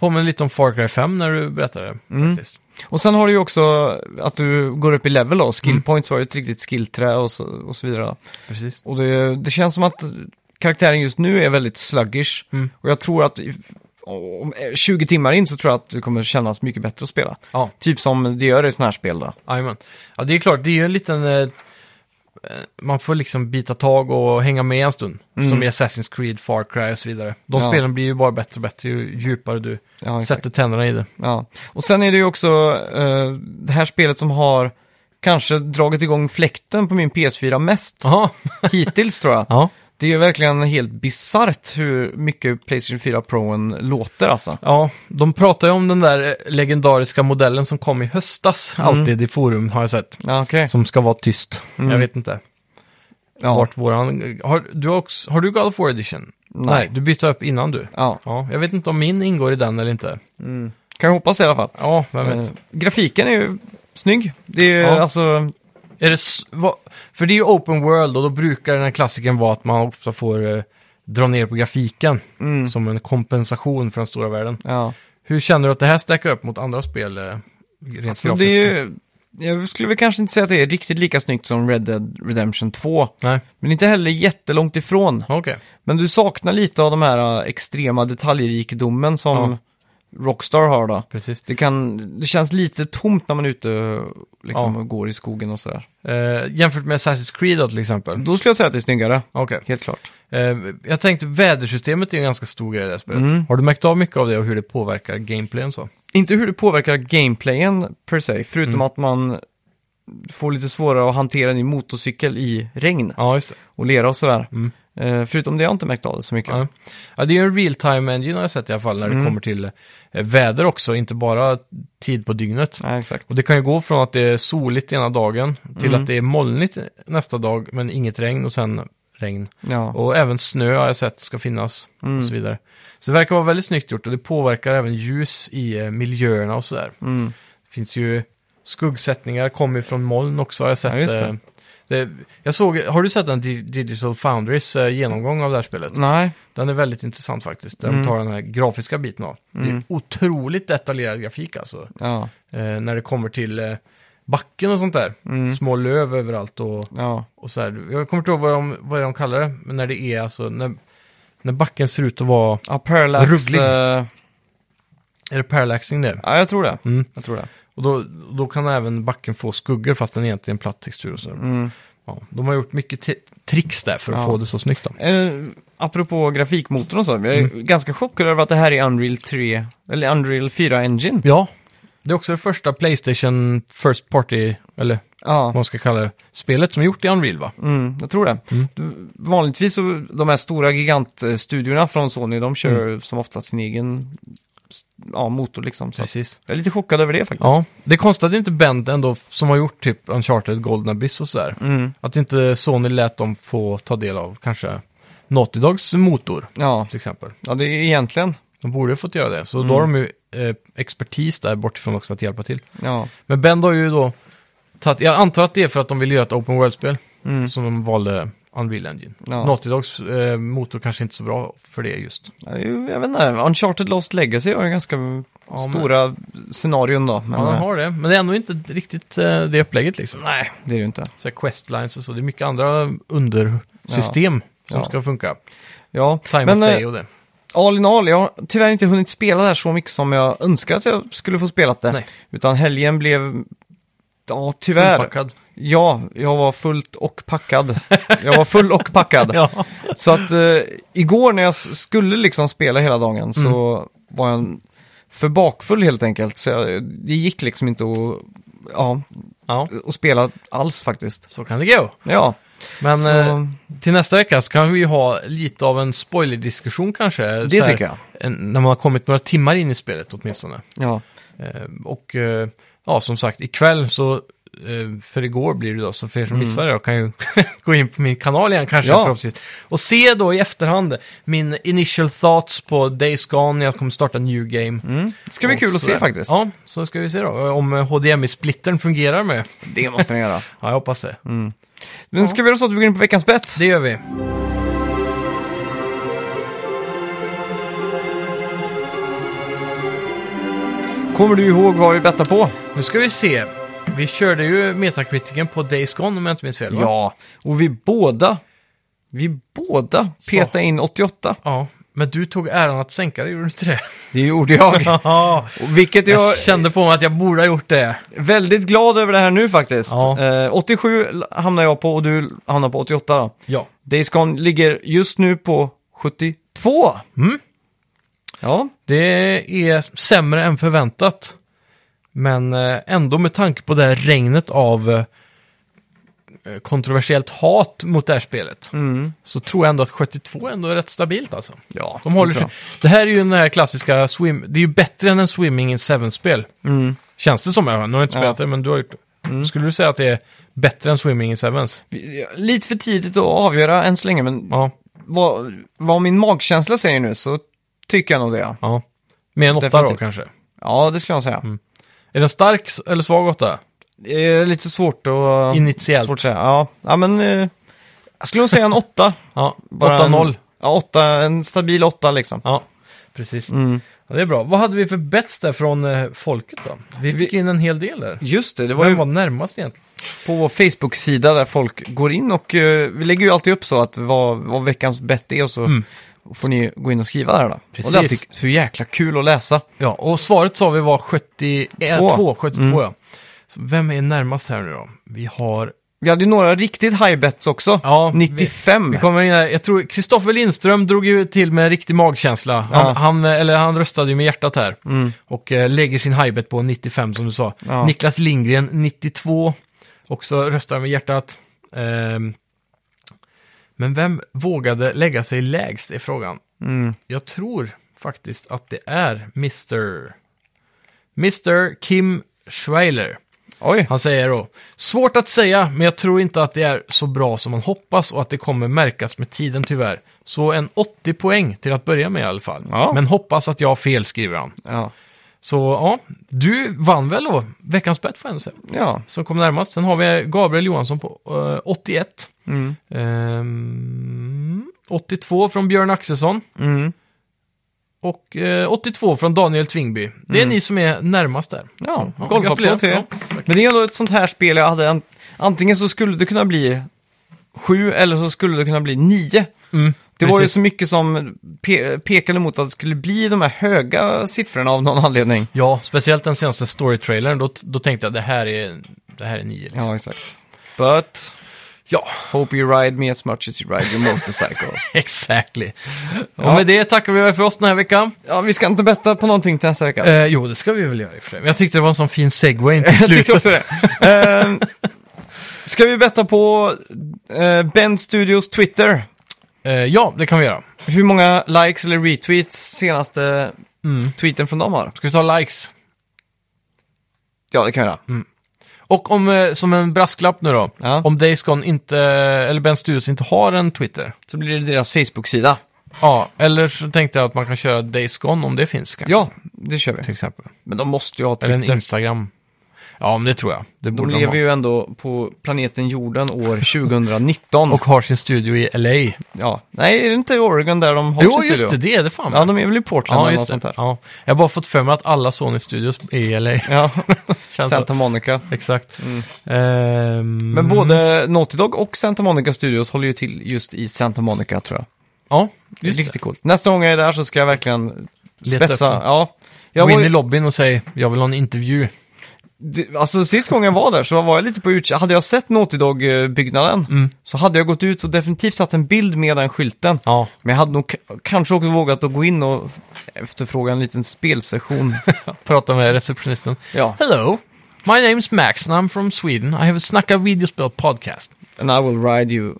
[SPEAKER 2] påminner lite om Far Cry 5 när du berättade det.
[SPEAKER 1] Mm.
[SPEAKER 2] Faktiskt.
[SPEAKER 1] Och sen har du ju också att du går upp i level då, skill points var ju ett riktigt skillträ och så, och så vidare.
[SPEAKER 2] Precis.
[SPEAKER 1] Och det, det känns som att karaktären just nu är väldigt sluggish.
[SPEAKER 2] Mm.
[SPEAKER 1] Och jag tror att i- om eh, 20 timmar in så tror jag att det kommer kännas mycket bättre att spela.
[SPEAKER 2] Ja,
[SPEAKER 1] Typ som det gör i sådana här spel då.
[SPEAKER 2] jajamän. Ja, det är klart, det är ju en liten... Eh, eh, man får liksom bita tag och hänga med en stund. Som i Assassin's Creed, Far Cry och så vidare. De
[SPEAKER 1] Mm. Ja.
[SPEAKER 2] spelen blir ju bara bättre och bättre ju djupare du
[SPEAKER 1] Ja, exakt.
[SPEAKER 2] sätter tänderna i det.
[SPEAKER 1] Ja. Och sen är det ju också eh, det här spelet som har kanske dragit igång fläkten på min PS4 mest <laughs>
[SPEAKER 2] Aha.
[SPEAKER 1] hittills tror jag.
[SPEAKER 2] Ja.
[SPEAKER 1] Det är ju verkligen helt bisarrt hur mycket Playstation 4 Proen låter alltså.
[SPEAKER 2] ja, de pratar ju om den där eh, legendariska modellen som kom i höstas. Alltid i forum har jag sett.
[SPEAKER 1] Mm. Ja, okej.
[SPEAKER 2] Som ska vara tyst. Jag vet inte.
[SPEAKER 1] Ja.
[SPEAKER 2] Vart våran... Har du, har också, har du God of War Edition?
[SPEAKER 1] Nej.
[SPEAKER 2] Du bytte upp innan du.
[SPEAKER 1] Ja,
[SPEAKER 2] Ja, jag vet inte om min ingår i den eller inte.
[SPEAKER 1] kan jag hoppas i alla fall. Mm.
[SPEAKER 2] Ja, vem vet.
[SPEAKER 1] Eh, grafiken är ju snygg. Det är ju
[SPEAKER 2] Ja.
[SPEAKER 1] alltså...
[SPEAKER 2] Är det, s- vad- för det är ju open world och då brukar den här klassiken vara att man ofta får eh, dra ner på grafiken som en kompensation för den stora världen.
[SPEAKER 1] mm. Ja.
[SPEAKER 2] Hur känner du att det här stackar upp mot andra spel eh, rent
[SPEAKER 1] Så
[SPEAKER 2] grafiskt?
[SPEAKER 1] Alltså, det är ju, jag skulle väl kanske inte säga att det är riktigt lika snyggt som Red Dead Redemption 2.
[SPEAKER 2] Nej,
[SPEAKER 1] Men inte heller jättelångt ifrån.
[SPEAKER 2] okej.
[SPEAKER 1] Men du saknar lite av de här äh, extrema detaljrikedomen som
[SPEAKER 2] Ja.
[SPEAKER 1] Rockstar har då.
[SPEAKER 2] Precis.
[SPEAKER 1] Det, kan, det känns lite tomt när man är ute äh, liksom,
[SPEAKER 2] Ja.
[SPEAKER 1] och går i skogen och sådär.
[SPEAKER 2] Eh, jämfört med Assassin's Creed då, till exempel.
[SPEAKER 1] Då skulle jag säga att det är snyggare,
[SPEAKER 2] Okej.
[SPEAKER 1] helt klart.
[SPEAKER 2] Eh, jag tänkte vädersystemet är ju en ganska stor grej i det här spelet.
[SPEAKER 1] Mm.
[SPEAKER 2] Har du märkt av mycket av det och hur det påverkar gameplayen så?
[SPEAKER 1] Inte hur det påverkar gameplayen per se,
[SPEAKER 2] Mm.
[SPEAKER 1] förutom att man får lite svårare att hantera en ny motorcykel i regn
[SPEAKER 2] Ja, just det.
[SPEAKER 1] och lera och sådär.
[SPEAKER 2] Mm.
[SPEAKER 1] Eh, förutom det har jag inte märkt av det så mycket.
[SPEAKER 2] Ja. Ja, det är ju en real time engine har jag sett i alla fall när
[SPEAKER 1] Mm.
[SPEAKER 2] det kommer till eh, väder också, inte bara tid på dygnet.
[SPEAKER 1] Nej, exakt.
[SPEAKER 2] Och det kan ju gå från att det är soligt ena dagen till
[SPEAKER 1] Mm.
[SPEAKER 2] att det är molnigt nästa dag men inget regn och sen regn.
[SPEAKER 1] Ja. Mm.
[SPEAKER 2] Och även snö har jag sett ska finnas och så vidare. Så det verkar vara väldigt snyggt gjort och det påverkar även ljus i eh, miljöerna och sådär.
[SPEAKER 1] Mm.
[SPEAKER 2] Det finns ju skuggsättningar, kommer ju från moln också har jag sett.
[SPEAKER 1] Ja, just det.
[SPEAKER 2] eh, det, jag såg, har du sett den Di- Digital Foundries eh, genomgång av det här spelet?
[SPEAKER 1] Nej,
[SPEAKER 2] Den är väldigt intressant faktiskt, där
[SPEAKER 1] Mm.
[SPEAKER 2] de tar den här grafiska biten av. Det är otroligt detaljerad grafik alltså.
[SPEAKER 1] ja.
[SPEAKER 2] Eh, när det kommer till eh, backen och sånt där. Små löv överallt och,
[SPEAKER 1] Mm. ja.
[SPEAKER 2] och så här. Jag kommer inte ihåg vad de, vad de kallar det, men när det är alltså, när, när backen ser ut att vara,
[SPEAKER 1] Ja, Parallax...
[SPEAKER 2] Rugglig.
[SPEAKER 1] eh,
[SPEAKER 2] är det parallaxing det?
[SPEAKER 1] ja, jag tror det.
[SPEAKER 2] Mm.
[SPEAKER 1] Jag tror det.
[SPEAKER 2] Och då, då kan även backen få skuggor fast den är egentligen platt textur och så.
[SPEAKER 1] Mm.
[SPEAKER 2] Ja, de har gjort mycket te- tricks där för att
[SPEAKER 1] Ja.
[SPEAKER 2] få det så snyggt. Då.
[SPEAKER 1] Eh, apropå grafikmotorn och så, jag är
[SPEAKER 2] Mm.
[SPEAKER 1] ganska chockad över att det här är Unreal 3, eller Unreal 4 Engine.
[SPEAKER 2] Ja, det är också det första Playstation First Party, eller vad
[SPEAKER 1] Ja,
[SPEAKER 2] man ska kalla det, spelet som är gjort i Unreal va?
[SPEAKER 1] mm, jag tror det. Du, vanligtvis så, de här stora gigantstudiorna från Sony, de kör
[SPEAKER 2] Mm.
[SPEAKER 1] som oftast sin egen s- ja, motor liksom. Så att
[SPEAKER 2] Precis.
[SPEAKER 1] jag är lite chockad över det faktiskt.
[SPEAKER 2] Ja, det kostade inte Bend ändå, som har gjort typ Uncharted, Golden Abyss och sådär.
[SPEAKER 1] Mm,
[SPEAKER 2] Att inte Sony lät dem få ta del av kanske Naughty Dogs motor,
[SPEAKER 1] ja.
[SPEAKER 2] till exempel.
[SPEAKER 1] ja, det är egentligen,
[SPEAKER 2] De borde ha fått göra det, så då har de ju eh, expertis där bortifrån också att hjälpa till.
[SPEAKER 1] ja.
[SPEAKER 2] Men Bend har ju då tagit, jag antar att det är för att de ville göra ett Open World-spel,
[SPEAKER 1] Mm.
[SPEAKER 2] som de valde Unreal Engine.
[SPEAKER 1] Ja.
[SPEAKER 2] Naughty Dogs eh, motor kanske inte är så bra för det just.
[SPEAKER 1] Ja, det är ju- Jag vet inte, Uncharted Lost Legacy har ju ganska
[SPEAKER 2] men-
[SPEAKER 1] stora scenarion då. Men,
[SPEAKER 2] Ja, de
[SPEAKER 1] eh,
[SPEAKER 2] har det. Men det är ändå inte riktigt eh, det upplägget liksom.
[SPEAKER 1] Nej, det är det ju inte.
[SPEAKER 2] Så här questlines och så. Det är mycket andra undersystem som
[SPEAKER 1] Ja.
[SPEAKER 2] ska funka.
[SPEAKER 1] Ja,
[SPEAKER 2] Time
[SPEAKER 1] men
[SPEAKER 2] of
[SPEAKER 1] eh,
[SPEAKER 2] day och det.
[SPEAKER 1] all in all, jag har tyvärr inte hunnit spela det här så mycket som jag önskar att jag skulle få spelat det.
[SPEAKER 2] Nej.
[SPEAKER 1] Utan helgen blev, ja tyvärr,
[SPEAKER 2] Fullpackad.
[SPEAKER 1] ja, jag var fullt och packad. jag var full och packad.
[SPEAKER 2] <laughs> Ja.
[SPEAKER 1] Så att eh, igår när jag s- skulle liksom spela hela dagen så
[SPEAKER 2] Mm.
[SPEAKER 1] var jag en- för bakfull helt enkelt. Så jag, det gick liksom inte att, ja,
[SPEAKER 2] ja,
[SPEAKER 1] att spela alls faktiskt.
[SPEAKER 2] så kan det gå.
[SPEAKER 1] Ja,
[SPEAKER 2] Men
[SPEAKER 1] Så-
[SPEAKER 2] eh, till nästa vecka så kan vi ju ha lite av en spoilerdiskussion kanske.
[SPEAKER 1] Det tycker jag.
[SPEAKER 2] En, när man har kommit några timmar in i spelet åtminstone.
[SPEAKER 1] ja,
[SPEAKER 2] Eh, och eh, ja, som sagt, ikväll så, eh, för igår blir det då, så för er som missar det då, kan ju <laughs> gå in på min kanal igen kanske
[SPEAKER 1] Mm. Ja.
[SPEAKER 2] förhoppningsvis. Och se då i efterhand min initial thoughts på Days Gone när jag kommer starta New Game.
[SPEAKER 1] Mm. det ska bli
[SPEAKER 2] Och
[SPEAKER 1] kul att
[SPEAKER 2] sådär.
[SPEAKER 1] se faktiskt.
[SPEAKER 2] Ja, så ska vi se då eh, om eh, HDMI-splittern fungerar med.
[SPEAKER 1] Det måste den göra.
[SPEAKER 2] Ja, jag hoppas det.
[SPEAKER 1] Mm. Men ska vi göra så att vi går in på veckans bett?
[SPEAKER 2] Det gör vi.
[SPEAKER 1] Kommer du ihåg vad vi bettade på?
[SPEAKER 2] Nu ska vi se. Vi körde ju Metacriticen på Days Gone om jag inte minns fel va?
[SPEAKER 1] Ja, och vi båda, vi båda petade in 88.
[SPEAKER 2] Ja, men du tog äran att sänka det, gjorde du
[SPEAKER 1] <laughs>
[SPEAKER 2] inte det?
[SPEAKER 1] Det gjorde jag.
[SPEAKER 2] Ja,
[SPEAKER 1] Och Vilket jag
[SPEAKER 2] <laughs> jag kände på mig att jag borde ha gjort det.
[SPEAKER 1] är väldigt glad över det här nu faktiskt.
[SPEAKER 2] Ja.
[SPEAKER 1] Eh, 87 hamnar jag på och du hamnar på 88 då.
[SPEAKER 2] Ja.
[SPEAKER 1] Days Gone ligger just nu på 72.
[SPEAKER 2] Mm.
[SPEAKER 1] Ja,
[SPEAKER 2] Det är sämre än förväntat. Men eh, ändå med tanke på det här regnet av eh, kontroversiellt hat mot det här spelet.
[SPEAKER 1] Mm.
[SPEAKER 2] Så tror jag ändå att 72 ändå är rätt stabilt alltså.
[SPEAKER 1] ja
[SPEAKER 2] De håller
[SPEAKER 1] det
[SPEAKER 2] sig.
[SPEAKER 1] tror
[SPEAKER 2] Det här är ju den här klassiska swim... Det är ju bättre än en Swimming in Seven-spel. Känns det som. Jag. Nu har jag inte
[SPEAKER 1] Mm. Ja. Mm.
[SPEAKER 2] spelat det, men du har gjort det. Skulle du säga att det är bättre än Swimming in Sevens?
[SPEAKER 1] Vi- Lite för tidigt att avgöra än så länge, men
[SPEAKER 2] Ja.
[SPEAKER 1] vad, vad min magkänsla säger nu så tycker jag nog det. ja.
[SPEAKER 2] ja. Mer än åtta då
[SPEAKER 1] Definitivt.
[SPEAKER 2] kanske?
[SPEAKER 1] Mm. Ja, det skulle jag säga.
[SPEAKER 2] Är den stark s- eller svag åtta?
[SPEAKER 1] Det är lite svårt att...
[SPEAKER 2] Initiellt.
[SPEAKER 1] Svårt att säga. Ja, ja men... Eh, jag skulle nog säga en åtta.
[SPEAKER 2] Ja,
[SPEAKER 1] Bara
[SPEAKER 2] 8-0.
[SPEAKER 1] En, ja, åtta, en stabil åtta liksom.
[SPEAKER 2] Ja, precis. Ja, det är bra. Vad hade vi för bets där från eh, folket då? Vi fick in en hel del där.
[SPEAKER 1] Just det, det var
[SPEAKER 2] Vem
[SPEAKER 1] ju
[SPEAKER 2] var närmast egentligen?
[SPEAKER 1] på vår Facebook-sida där folk går in och eh, vi lägger ju alltid upp så att vad, vad veckans bett är och så får ni gå in och skriva där då. Och det är
[SPEAKER 2] Precis.
[SPEAKER 1] alltid så jäkla kul att läsa.
[SPEAKER 2] Ja, och svaret sa vi var 72.
[SPEAKER 1] Två.
[SPEAKER 2] 2, 72 ja. Så vem är närmast här nu då? Vi har...
[SPEAKER 1] Vi hade ju några riktigt high bets också.
[SPEAKER 2] Ja, vi-
[SPEAKER 1] 95.
[SPEAKER 2] Vi kommer in här. Jag tror Kristoffer Lindström drog ju till med en riktig magkänsla. Han,
[SPEAKER 1] Ja.
[SPEAKER 2] han, eh, eller han röstade ju med hjärtat här. Och eh, lägger sin hajbet på 95 som du sa.
[SPEAKER 1] Mm, Ja.
[SPEAKER 2] Niklas Lindgren 92. Också röstar med hjärtat. Ehm, men vem vågade lägga sig lägst är frågan.
[SPEAKER 1] Mm.
[SPEAKER 2] Jag tror faktiskt att det är Mr. Mr. Kim Schweiler.
[SPEAKER 1] Oj,
[SPEAKER 2] Han säger då, svårt att säga, men jag tror inte att det är så bra som man hoppas och att det kommer märkas med tiden tyvärr. Så en 80 poäng till att börja med i alla fall.
[SPEAKER 1] Ja.
[SPEAKER 2] Men hoppas att jag har fel, skriver han.
[SPEAKER 1] ja.
[SPEAKER 2] Så ja, du vann väl då, veckans bett får jag ändå säga,
[SPEAKER 1] ja.
[SPEAKER 2] som kom närmast. Sen har vi Gabriel Johansson på eh, 81.
[SPEAKER 1] Mm.
[SPEAKER 2] Ehm, 82 från Björn Axelsson.
[SPEAKER 1] Mm.
[SPEAKER 2] Och eh, 82 från Daniel Tvingby. Det är ni som är närmast där.
[SPEAKER 1] Ja,
[SPEAKER 2] Ja,
[SPEAKER 1] golvapplåd
[SPEAKER 2] gratulerar.
[SPEAKER 1] till er.
[SPEAKER 2] Ja,
[SPEAKER 1] Men det är ändå ett sånt här spel jag hade. An- Antingen så skulle det kunna bli sju eller så skulle det kunna bli nio.
[SPEAKER 2] Mm,
[SPEAKER 1] Det var ju
[SPEAKER 2] precis.
[SPEAKER 1] så mycket som pe- pekade mot att det skulle bli de här höga siffrorna av någon anledning.
[SPEAKER 2] Ja, speciellt den senaste story-trailern. Då, då tänkte jag det här är, det här är nio. Liksom.
[SPEAKER 1] Ja, exakt. But
[SPEAKER 2] Ja, <laughs>
[SPEAKER 1] hope you ride me as much as you ride your motorcycle.
[SPEAKER 2] exactly. Och med det tackar vi väl för oss den här veckan.
[SPEAKER 1] ja, vi ska inte betta på någonting till nästa vecka.
[SPEAKER 2] Eh, jo, det ska vi väl göra i och för sig. Men jag tyckte det var en sån fin segway <laughs> in till
[SPEAKER 1] Jag tyckte
[SPEAKER 2] slutet.
[SPEAKER 1] också det.
[SPEAKER 2] <laughs>
[SPEAKER 1] Ehm, ska vi betta på eh, Ben Studios Twitter?
[SPEAKER 2] Eh, ja, det kan vi göra.
[SPEAKER 1] Hur många likes eller retweets senaste
[SPEAKER 2] Mm.
[SPEAKER 1] tweeten från dem har?
[SPEAKER 2] Ska vi ta likes?
[SPEAKER 1] Ja, det kan vi göra.
[SPEAKER 2] Mm. Och om, eh, som en brasklapp nu då,
[SPEAKER 1] Ja.
[SPEAKER 2] om Days Gone inte, eller Ben Studios inte har en Twitter.
[SPEAKER 1] Så blir det deras Facebook-sida.
[SPEAKER 2] Ja, eller så tänkte jag att man kan köra Days Gone om det finns kanske.
[SPEAKER 1] Ja, det kör vi.
[SPEAKER 2] Till exempel.
[SPEAKER 1] Men de måste ju ha
[SPEAKER 2] Typ. Eller en
[SPEAKER 1] Twitter.
[SPEAKER 2] Instagram. Ja, men det tror jag. Det
[SPEAKER 1] De
[SPEAKER 2] borde de
[SPEAKER 1] lever
[SPEAKER 2] ha.
[SPEAKER 1] ju ändå på planeten jorden år 2019.
[SPEAKER 2] <laughs> Och har sin studio i LA.
[SPEAKER 1] ja. Nej, är det inte i Oregon där de har
[SPEAKER 2] Jo,
[SPEAKER 1] sin
[SPEAKER 2] just det,
[SPEAKER 1] studio?
[SPEAKER 2] det är det fan.
[SPEAKER 1] Ja, de är väl i Portland
[SPEAKER 2] Ja,
[SPEAKER 1] eller något
[SPEAKER 2] just det.
[SPEAKER 1] sånt där.
[SPEAKER 2] Ja. Jag har bara fått för mig att alla Sony Studios är i LA.
[SPEAKER 1] Ja,
[SPEAKER 2] <laughs> Känns
[SPEAKER 1] <laughs>
[SPEAKER 2] så.
[SPEAKER 1] Santa Monica.
[SPEAKER 2] Exakt. Ehm,
[SPEAKER 1] Mm. Men både Naughty Dog och Santa Monica Studios håller ju till just i Santa Monica tror jag.
[SPEAKER 2] Ja,
[SPEAKER 1] Det är
[SPEAKER 2] just
[SPEAKER 1] riktigt coolt. Nästa gång jag är där så ska jag verkligen
[SPEAKER 2] Leta
[SPEAKER 1] spetsa.
[SPEAKER 2] upp dem.
[SPEAKER 1] Ja.
[SPEAKER 2] det.
[SPEAKER 1] Jag
[SPEAKER 2] Gå
[SPEAKER 1] var
[SPEAKER 2] in
[SPEAKER 1] ju-
[SPEAKER 2] i lobbyn och säg, jag vill ha en intervju.
[SPEAKER 1] Det- Alltså sist gången jag var där så var jag lite på utkik. Hade jag sett Naughty Dog-byggnaden
[SPEAKER 2] Mm.
[SPEAKER 1] så hade jag gått ut och definitivt satt en bild med den skylten.
[SPEAKER 2] Ja,
[SPEAKER 1] Men jag hade nog k- kanske också vågat att gå in och efterfråga en liten
[SPEAKER 2] <laughs>
[SPEAKER 1] spelsession.
[SPEAKER 2] prata med receptionisten.
[SPEAKER 1] ja.
[SPEAKER 2] Hello, my name's Max and I'm from Sweden. I have a Snacka videospel podcast.
[SPEAKER 1] And I will ride you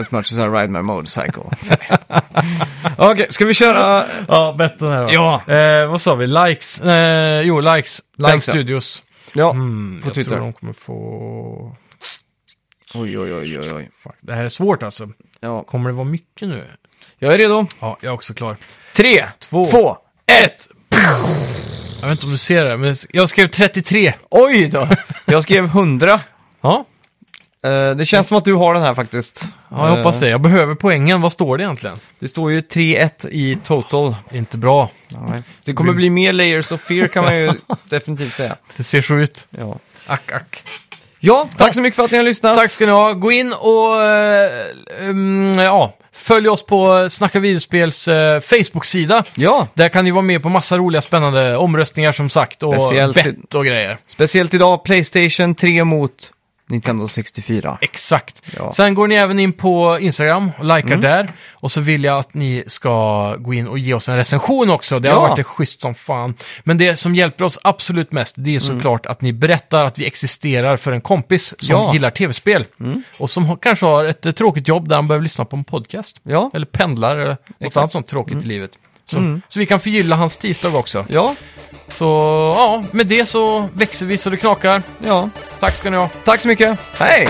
[SPEAKER 1] as much as I ride my motorcycle. <laughs> Okej, ska vi köra...
[SPEAKER 2] Ja, bättre här
[SPEAKER 1] Ja.
[SPEAKER 2] Eh, vad sa vi? Likes? Eh, jo, likes.
[SPEAKER 1] Likes,
[SPEAKER 2] Ben
[SPEAKER 1] ja.
[SPEAKER 2] Studios.
[SPEAKER 1] Ja,
[SPEAKER 2] Mm,
[SPEAKER 1] på
[SPEAKER 2] jag
[SPEAKER 1] Twitter.
[SPEAKER 2] tror de kommer få...
[SPEAKER 1] Oj, oj, oj, oj, oj.
[SPEAKER 2] Fuck, det här är svårt alltså.
[SPEAKER 1] Ja.
[SPEAKER 2] Kommer det vara mycket nu?
[SPEAKER 1] Jag är redo.
[SPEAKER 2] Ja, jag är också klar.
[SPEAKER 1] Tre,
[SPEAKER 2] Två.
[SPEAKER 1] två, ett.
[SPEAKER 2] Jag vet inte om du ser det, men jag skrev 33.
[SPEAKER 1] Oj
[SPEAKER 2] <laughs>
[SPEAKER 1] då! Jag skrev hundra.
[SPEAKER 2] Ja,
[SPEAKER 1] Eh, det känns som att du har den här faktiskt. Eh,
[SPEAKER 2] ja jag hoppas det. Jag behöver poängen. Vad står det egentligen?
[SPEAKER 1] Det står ju 3-1 i total.
[SPEAKER 2] Inte bra.
[SPEAKER 1] Det kommer bli mer layers of fear kan man <laughs> ju definitivt säga.
[SPEAKER 2] Det ser så ut.
[SPEAKER 1] Ja.
[SPEAKER 2] Ack, ack.
[SPEAKER 1] ja, tack så mycket för att ni har lyssnat.
[SPEAKER 2] Tack ska ni ha. Gå in och eh, mm, ja, följ oss på Snacka videospels eh, Facebook-sida.
[SPEAKER 1] Ja,
[SPEAKER 2] Där kan ni vara med på massa roliga spännande omröstningar som sagt och
[SPEAKER 1] Speciellt i-
[SPEAKER 2] bett och grejer.
[SPEAKER 1] speciellt idag Playstation 3 mot Nintendo 64.
[SPEAKER 2] Exakt.
[SPEAKER 1] Ja. Mm.
[SPEAKER 2] Sen går ni även in på Instagram och likar där. Och så vill jag att ni ska gå in och ge oss en recension också. Det har
[SPEAKER 1] Ja.
[SPEAKER 2] varit det schysst som fan. Men det som hjälper oss absolut mest, det är
[SPEAKER 1] Mm.
[SPEAKER 2] såklart att ni berättar att vi existerar för en kompis som
[SPEAKER 1] Ja. Mm.
[SPEAKER 2] gillar tv-spel. Och som har, kanske har ett eh, tråkigt jobb där han behöver lyssna på en podcast.
[SPEAKER 1] Ja. Mm.
[SPEAKER 2] Eller pendlar eller något annat sånt tråkigt i livet. Så, så vi kan förgylla hans tisdag också.
[SPEAKER 1] Ja,
[SPEAKER 2] Så ja, med det så växer vi så det knakar.
[SPEAKER 1] ja.
[SPEAKER 2] Tack ska ni ha.
[SPEAKER 1] Tack så mycket. Hej!